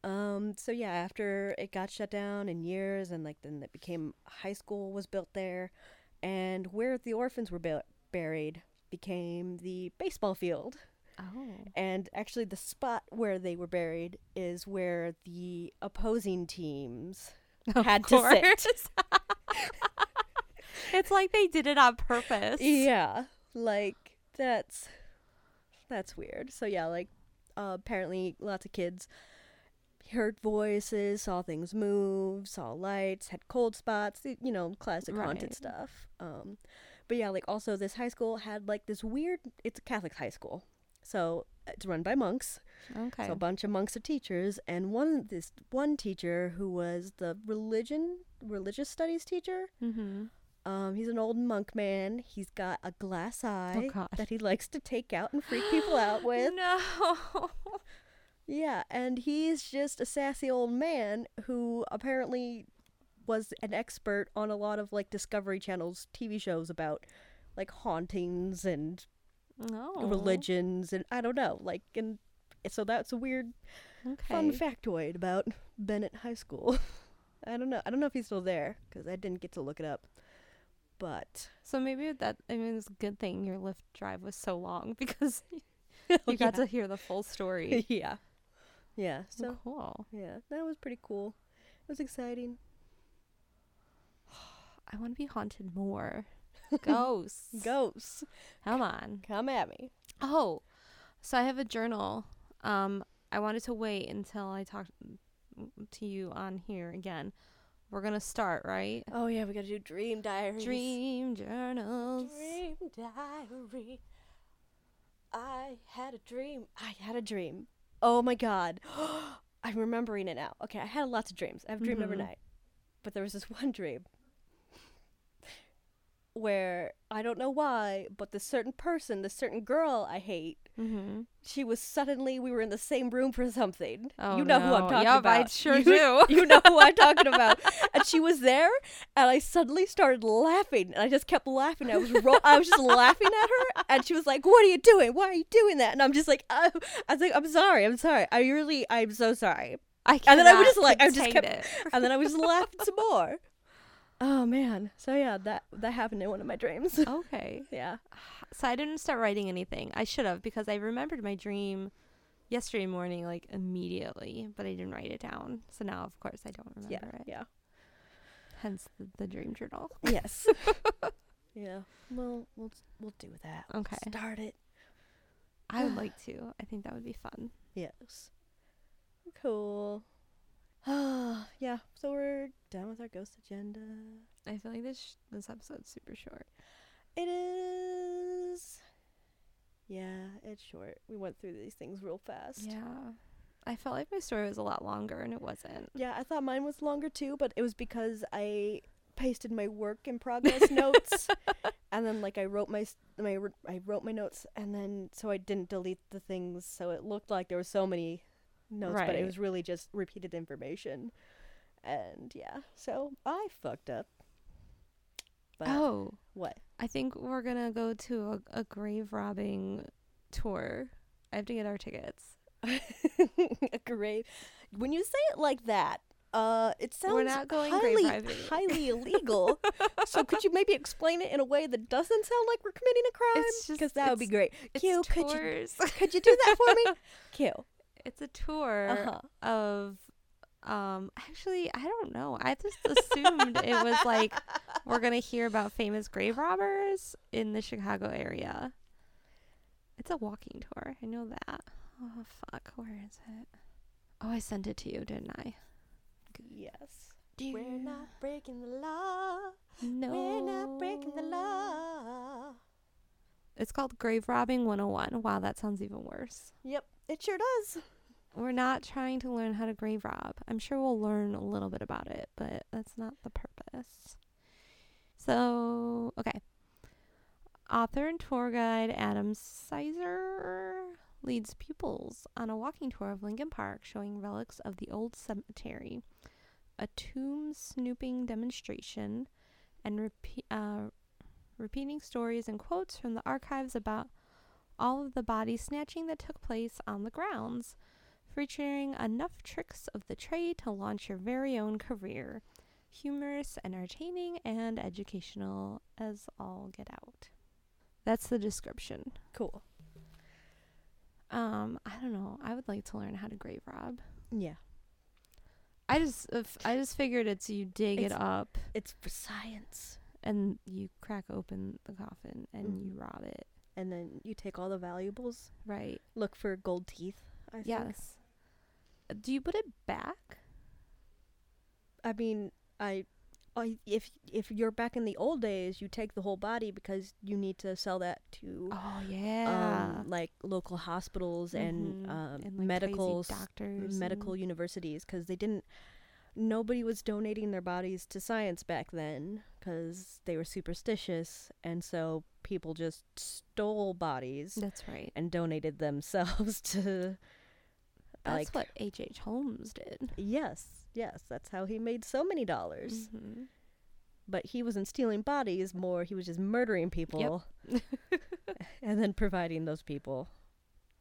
[SPEAKER 5] Um, so yeah, after it got shut down in years, and like then it became high school was built there, and where the orphans were bu- buried became the baseball field.
[SPEAKER 4] Oh.
[SPEAKER 5] And actually, the spot where they were buried is where the opposing teams had to sit.
[SPEAKER 4] it's like they did it on purpose.
[SPEAKER 5] Yeah, like that's that's weird. So yeah, like uh, apparently lots of kids heard voices, saw things move, saw lights, had cold spots, y- you know, classic haunted
[SPEAKER 4] Right.
[SPEAKER 5] stuff. Um, but yeah, like also this high school had like this weird. It's a Catholic high school, so it's run by monks.
[SPEAKER 4] Okay.
[SPEAKER 5] So a bunch of monks are teachers, and one this one teacher who was the religion religious studies teacher.
[SPEAKER 4] mm-hmm.
[SPEAKER 5] Um, he's an old monk man. He's got a glass eye
[SPEAKER 1] God.
[SPEAKER 5] that he likes to take out and freak people out with.
[SPEAKER 4] No.
[SPEAKER 5] Yeah, and he's just a sassy old man who apparently was an expert on a lot of like Discovery Channel's TV shows about like hauntings and
[SPEAKER 4] No.
[SPEAKER 5] religions and I don't know, like and so that's a weird
[SPEAKER 4] Okay.
[SPEAKER 5] fun factoid about Bennett High School. I don't know. I don't know if he's still there because I didn't get to look it up. But
[SPEAKER 4] so maybe that I mean it's a good thing your Lyft drive was so long because
[SPEAKER 5] Oh,
[SPEAKER 4] you got to hear the full story.
[SPEAKER 5] yeah, yeah. So
[SPEAKER 4] cool.
[SPEAKER 5] yeah, that was pretty cool. It was exciting.
[SPEAKER 4] I want to be haunted more. Ghosts.
[SPEAKER 5] Ghosts,
[SPEAKER 4] Come on.
[SPEAKER 5] come at me.
[SPEAKER 4] Oh, so I have a journal. Um, I wanted to wait until I talked to you on here again. We're gonna start right.
[SPEAKER 5] Oh yeah, we gotta do dream diaries.
[SPEAKER 4] Dream journals.
[SPEAKER 5] Dream diary. I had a dream. I had a dream. Oh my god. I'm remembering it now. Okay, I had lots of dreams. I've dreamed every
[SPEAKER 4] Mhm.
[SPEAKER 5] night. But there was this one dream where I don't know why, but this certain person, this certain girl I hate,
[SPEAKER 4] Mm-hmm.
[SPEAKER 5] she was suddenly we were in the same room for something.
[SPEAKER 4] Oh,
[SPEAKER 5] you know who I'm
[SPEAKER 4] no.
[SPEAKER 5] talking
[SPEAKER 4] Yup, I
[SPEAKER 5] about.
[SPEAKER 4] sure
[SPEAKER 5] you,
[SPEAKER 4] do.
[SPEAKER 5] You know who I'm talking about. And she was there, and I suddenly started laughing, and I just kept laughing. I was ro- I was just laughing at her, and she was like, "What are you doing? Why are you doing that?" And I'm just like, oh. "I was like, I'm sorry, I'm sorry. I really, I'm so sorry."
[SPEAKER 4] I
[SPEAKER 5] And then I would
[SPEAKER 4] cannot
[SPEAKER 5] just like, I just
[SPEAKER 4] contain
[SPEAKER 5] kept,
[SPEAKER 4] it.
[SPEAKER 5] and then I was just laughing some more. Oh man, so yeah, that that happened in one of my dreams.
[SPEAKER 4] Okay,
[SPEAKER 5] yeah.
[SPEAKER 4] so I didn't start writing anything. I should have because I remembered my dream yesterday morning like immediately, but I didn't write it down. So now, of course, I don't remember
[SPEAKER 5] Yeah.
[SPEAKER 4] it.
[SPEAKER 5] Yeah.
[SPEAKER 4] Hence the, the dream journal.
[SPEAKER 5] Yes. yeah. We'll we'll we'll do that. We'll
[SPEAKER 4] Okay.
[SPEAKER 5] Start it.
[SPEAKER 4] I would like to. I think that would be fun.
[SPEAKER 5] Yes. Cool. yeah. So we're done with our ghost agenda.
[SPEAKER 4] I feel like this sh- this episode's super short.
[SPEAKER 5] It is. Yeah, it's short. We went through these things real fast.
[SPEAKER 4] Yeah. I felt like my story was a lot longer and it wasn't.
[SPEAKER 5] Yeah, I thought mine was longer too, but it was because I pasted my work in progress notes, and then like I wrote my s- my r- I wrote my notes, and then so I didn't delete the things, so it looked like there were so many notes, but it
[SPEAKER 4] Right.
[SPEAKER 5] was really just repeated information, and yeah, so I fucked up. But
[SPEAKER 4] Oh,
[SPEAKER 5] what?
[SPEAKER 4] I think we're gonna go to a, a grave robbing tour. I have to get our tickets.
[SPEAKER 5] a grave. When you say it like that, uh, it sounds
[SPEAKER 4] We're not going grave
[SPEAKER 5] highly,
[SPEAKER 4] robbing.
[SPEAKER 5] highly illegal. so could you maybe explain it in a way that doesn't sound like we're committing a crime?
[SPEAKER 4] It's just-
[SPEAKER 5] Because that would be
[SPEAKER 4] it's-
[SPEAKER 5] great.
[SPEAKER 4] It's
[SPEAKER 5] Q, could you
[SPEAKER 4] tours.
[SPEAKER 5] could you do that for me? Q.
[SPEAKER 4] it's a tour
[SPEAKER 5] Uh-huh.
[SPEAKER 4] of um actually I don't know. I just assumed it was like we're gonna hear about famous grave robbers in the Chicago area. It's a walking tour. I know that. Oh fuck, where is it? Oh, I sent it to you, didn't I?
[SPEAKER 5] Yes.
[SPEAKER 4] Dear.
[SPEAKER 5] We're not breaking the law.
[SPEAKER 4] No.
[SPEAKER 5] We're not breaking the law.
[SPEAKER 4] It's called Grave Robbing 101. Wow, that sounds even worse.
[SPEAKER 5] Yep, it sure does.
[SPEAKER 4] We're not trying to learn how to grave rob. I'm sure we'll learn a little bit about it, but that's not the purpose. So, okay. Author and tour guide Adam Sizer leads pupils on a walking tour of Lincoln Park showing relics of the old cemetery, a tomb snooping demonstration, and repeat, uh, repeating stories and quotes from the archives about all of the body snatching that took place on the grounds, featuring enough tricks of the trade to launch your very own career humorous, entertaining, and educational as all get out. That's the description.
[SPEAKER 5] Cool.
[SPEAKER 4] Um, I don't know. I would like to learn how to grave rob.
[SPEAKER 5] Yeah.
[SPEAKER 4] I just, if, I just figured it's you dig it
[SPEAKER 5] It's-
[SPEAKER 4] up
[SPEAKER 5] It's for science.
[SPEAKER 4] and you crack open the coffin and
[SPEAKER 5] Mhm.
[SPEAKER 4] you rob it,
[SPEAKER 5] And then you take all the valuables.
[SPEAKER 4] right?
[SPEAKER 5] Look for gold teeth. I think.
[SPEAKER 4] Yes. Uh, Do you put it back?
[SPEAKER 5] I mean, I, I if if you're back in the old days, you take the whole body because you need to sell that to
[SPEAKER 4] Oh
[SPEAKER 5] um, like local hospitals and,
[SPEAKER 4] Mhm.
[SPEAKER 5] um,
[SPEAKER 4] And, like, crazy
[SPEAKER 5] medical s-
[SPEAKER 4] doctors,
[SPEAKER 5] medical universities because they didn't. Nobody was donating their bodies to science back then because they were superstitious, and so people just stole bodies
[SPEAKER 4] and- That's right.
[SPEAKER 5] and donated themselves to.
[SPEAKER 4] That's
[SPEAKER 5] like-
[SPEAKER 4] what H. H. Holmes did.
[SPEAKER 5] Yes, yes, that's how he made so many dollars.
[SPEAKER 4] Mhm.
[SPEAKER 5] but he wasn't stealing bodies more he was just murdering people and then providing those people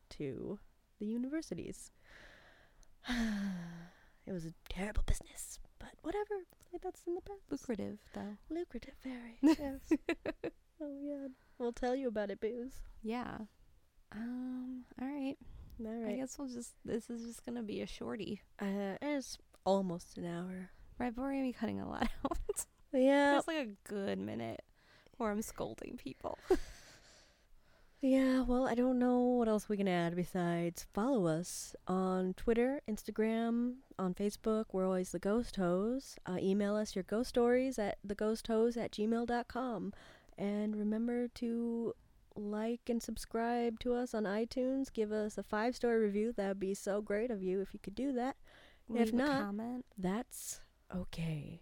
[SPEAKER 5] to the universities it was a terrible business but whatever that's in the past
[SPEAKER 4] Lucrative though.
[SPEAKER 5] lucrative very yes oh yeah we'll tell you about it booze
[SPEAKER 4] Yeah. Um. All right.
[SPEAKER 5] all
[SPEAKER 4] I
[SPEAKER 5] right
[SPEAKER 4] guess we'll just. This is just gonna be a shorty.
[SPEAKER 5] uh, it's almost an hour
[SPEAKER 4] Right, but we're gonna be cutting a lot out.
[SPEAKER 5] yeah
[SPEAKER 4] There's like a good minute where I'm scolding people.
[SPEAKER 5] Yeah, well, I don't know what else we can add besides follow us on Twitter, Instagram, on Facebook. We're always the Ghost Hose. Uh, email us your ghost stories at theghost at gmail.com. And remember to like and subscribe to us on iTunes. Give us a five star review. That would be so great of you if you could do that. If
[SPEAKER 4] Leave a
[SPEAKER 5] not-
[SPEAKER 4] comment.
[SPEAKER 5] That's okay.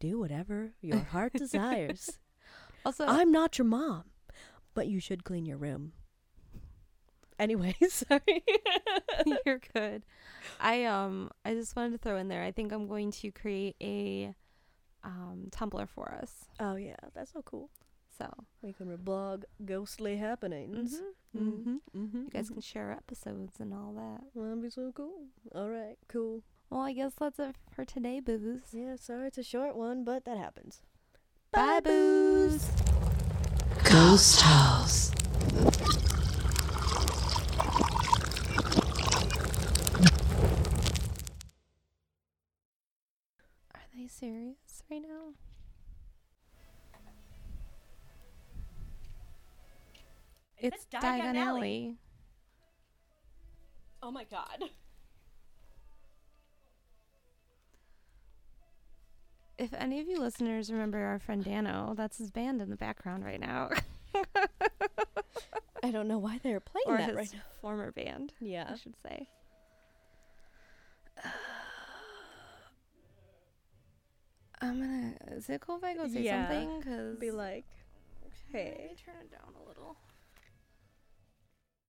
[SPEAKER 5] Do whatever your heart desires.
[SPEAKER 4] Also,
[SPEAKER 5] I'm not your mom, but you should clean your room. Anyway, sorry.
[SPEAKER 4] you're good. I um. I just wanted to throw in there. I think I'm going to create a um Tumblr for us.
[SPEAKER 5] Oh yeah, that's so cool.
[SPEAKER 4] So
[SPEAKER 5] We can reblog ghostly happenings.
[SPEAKER 4] mm,
[SPEAKER 5] mm-hmm.
[SPEAKER 4] you guys can share episodes and all that.
[SPEAKER 5] That'd be so cool. All right, cool.
[SPEAKER 4] Well, I guess that's it for today, booze.
[SPEAKER 5] Yeah, sorry it's a short one, but that happens.
[SPEAKER 4] Bye, booze.
[SPEAKER 6] Ghost House.
[SPEAKER 4] Are they serious right now? It's Diagon Alley.
[SPEAKER 5] Oh my god.
[SPEAKER 4] If any of you listeners remember our friend Dano, that's his band in the background right now.
[SPEAKER 5] I don't know why they're playing
[SPEAKER 4] or
[SPEAKER 5] that
[SPEAKER 4] his
[SPEAKER 5] right now.
[SPEAKER 4] former band, I
[SPEAKER 5] Yeah.
[SPEAKER 4] should say. I'm gonna. Is it cool if I go say
[SPEAKER 5] Yeah.
[SPEAKER 4] something? Cause
[SPEAKER 5] Be like,
[SPEAKER 4] Maybe
[SPEAKER 5] hey.
[SPEAKER 4] turn it down a little.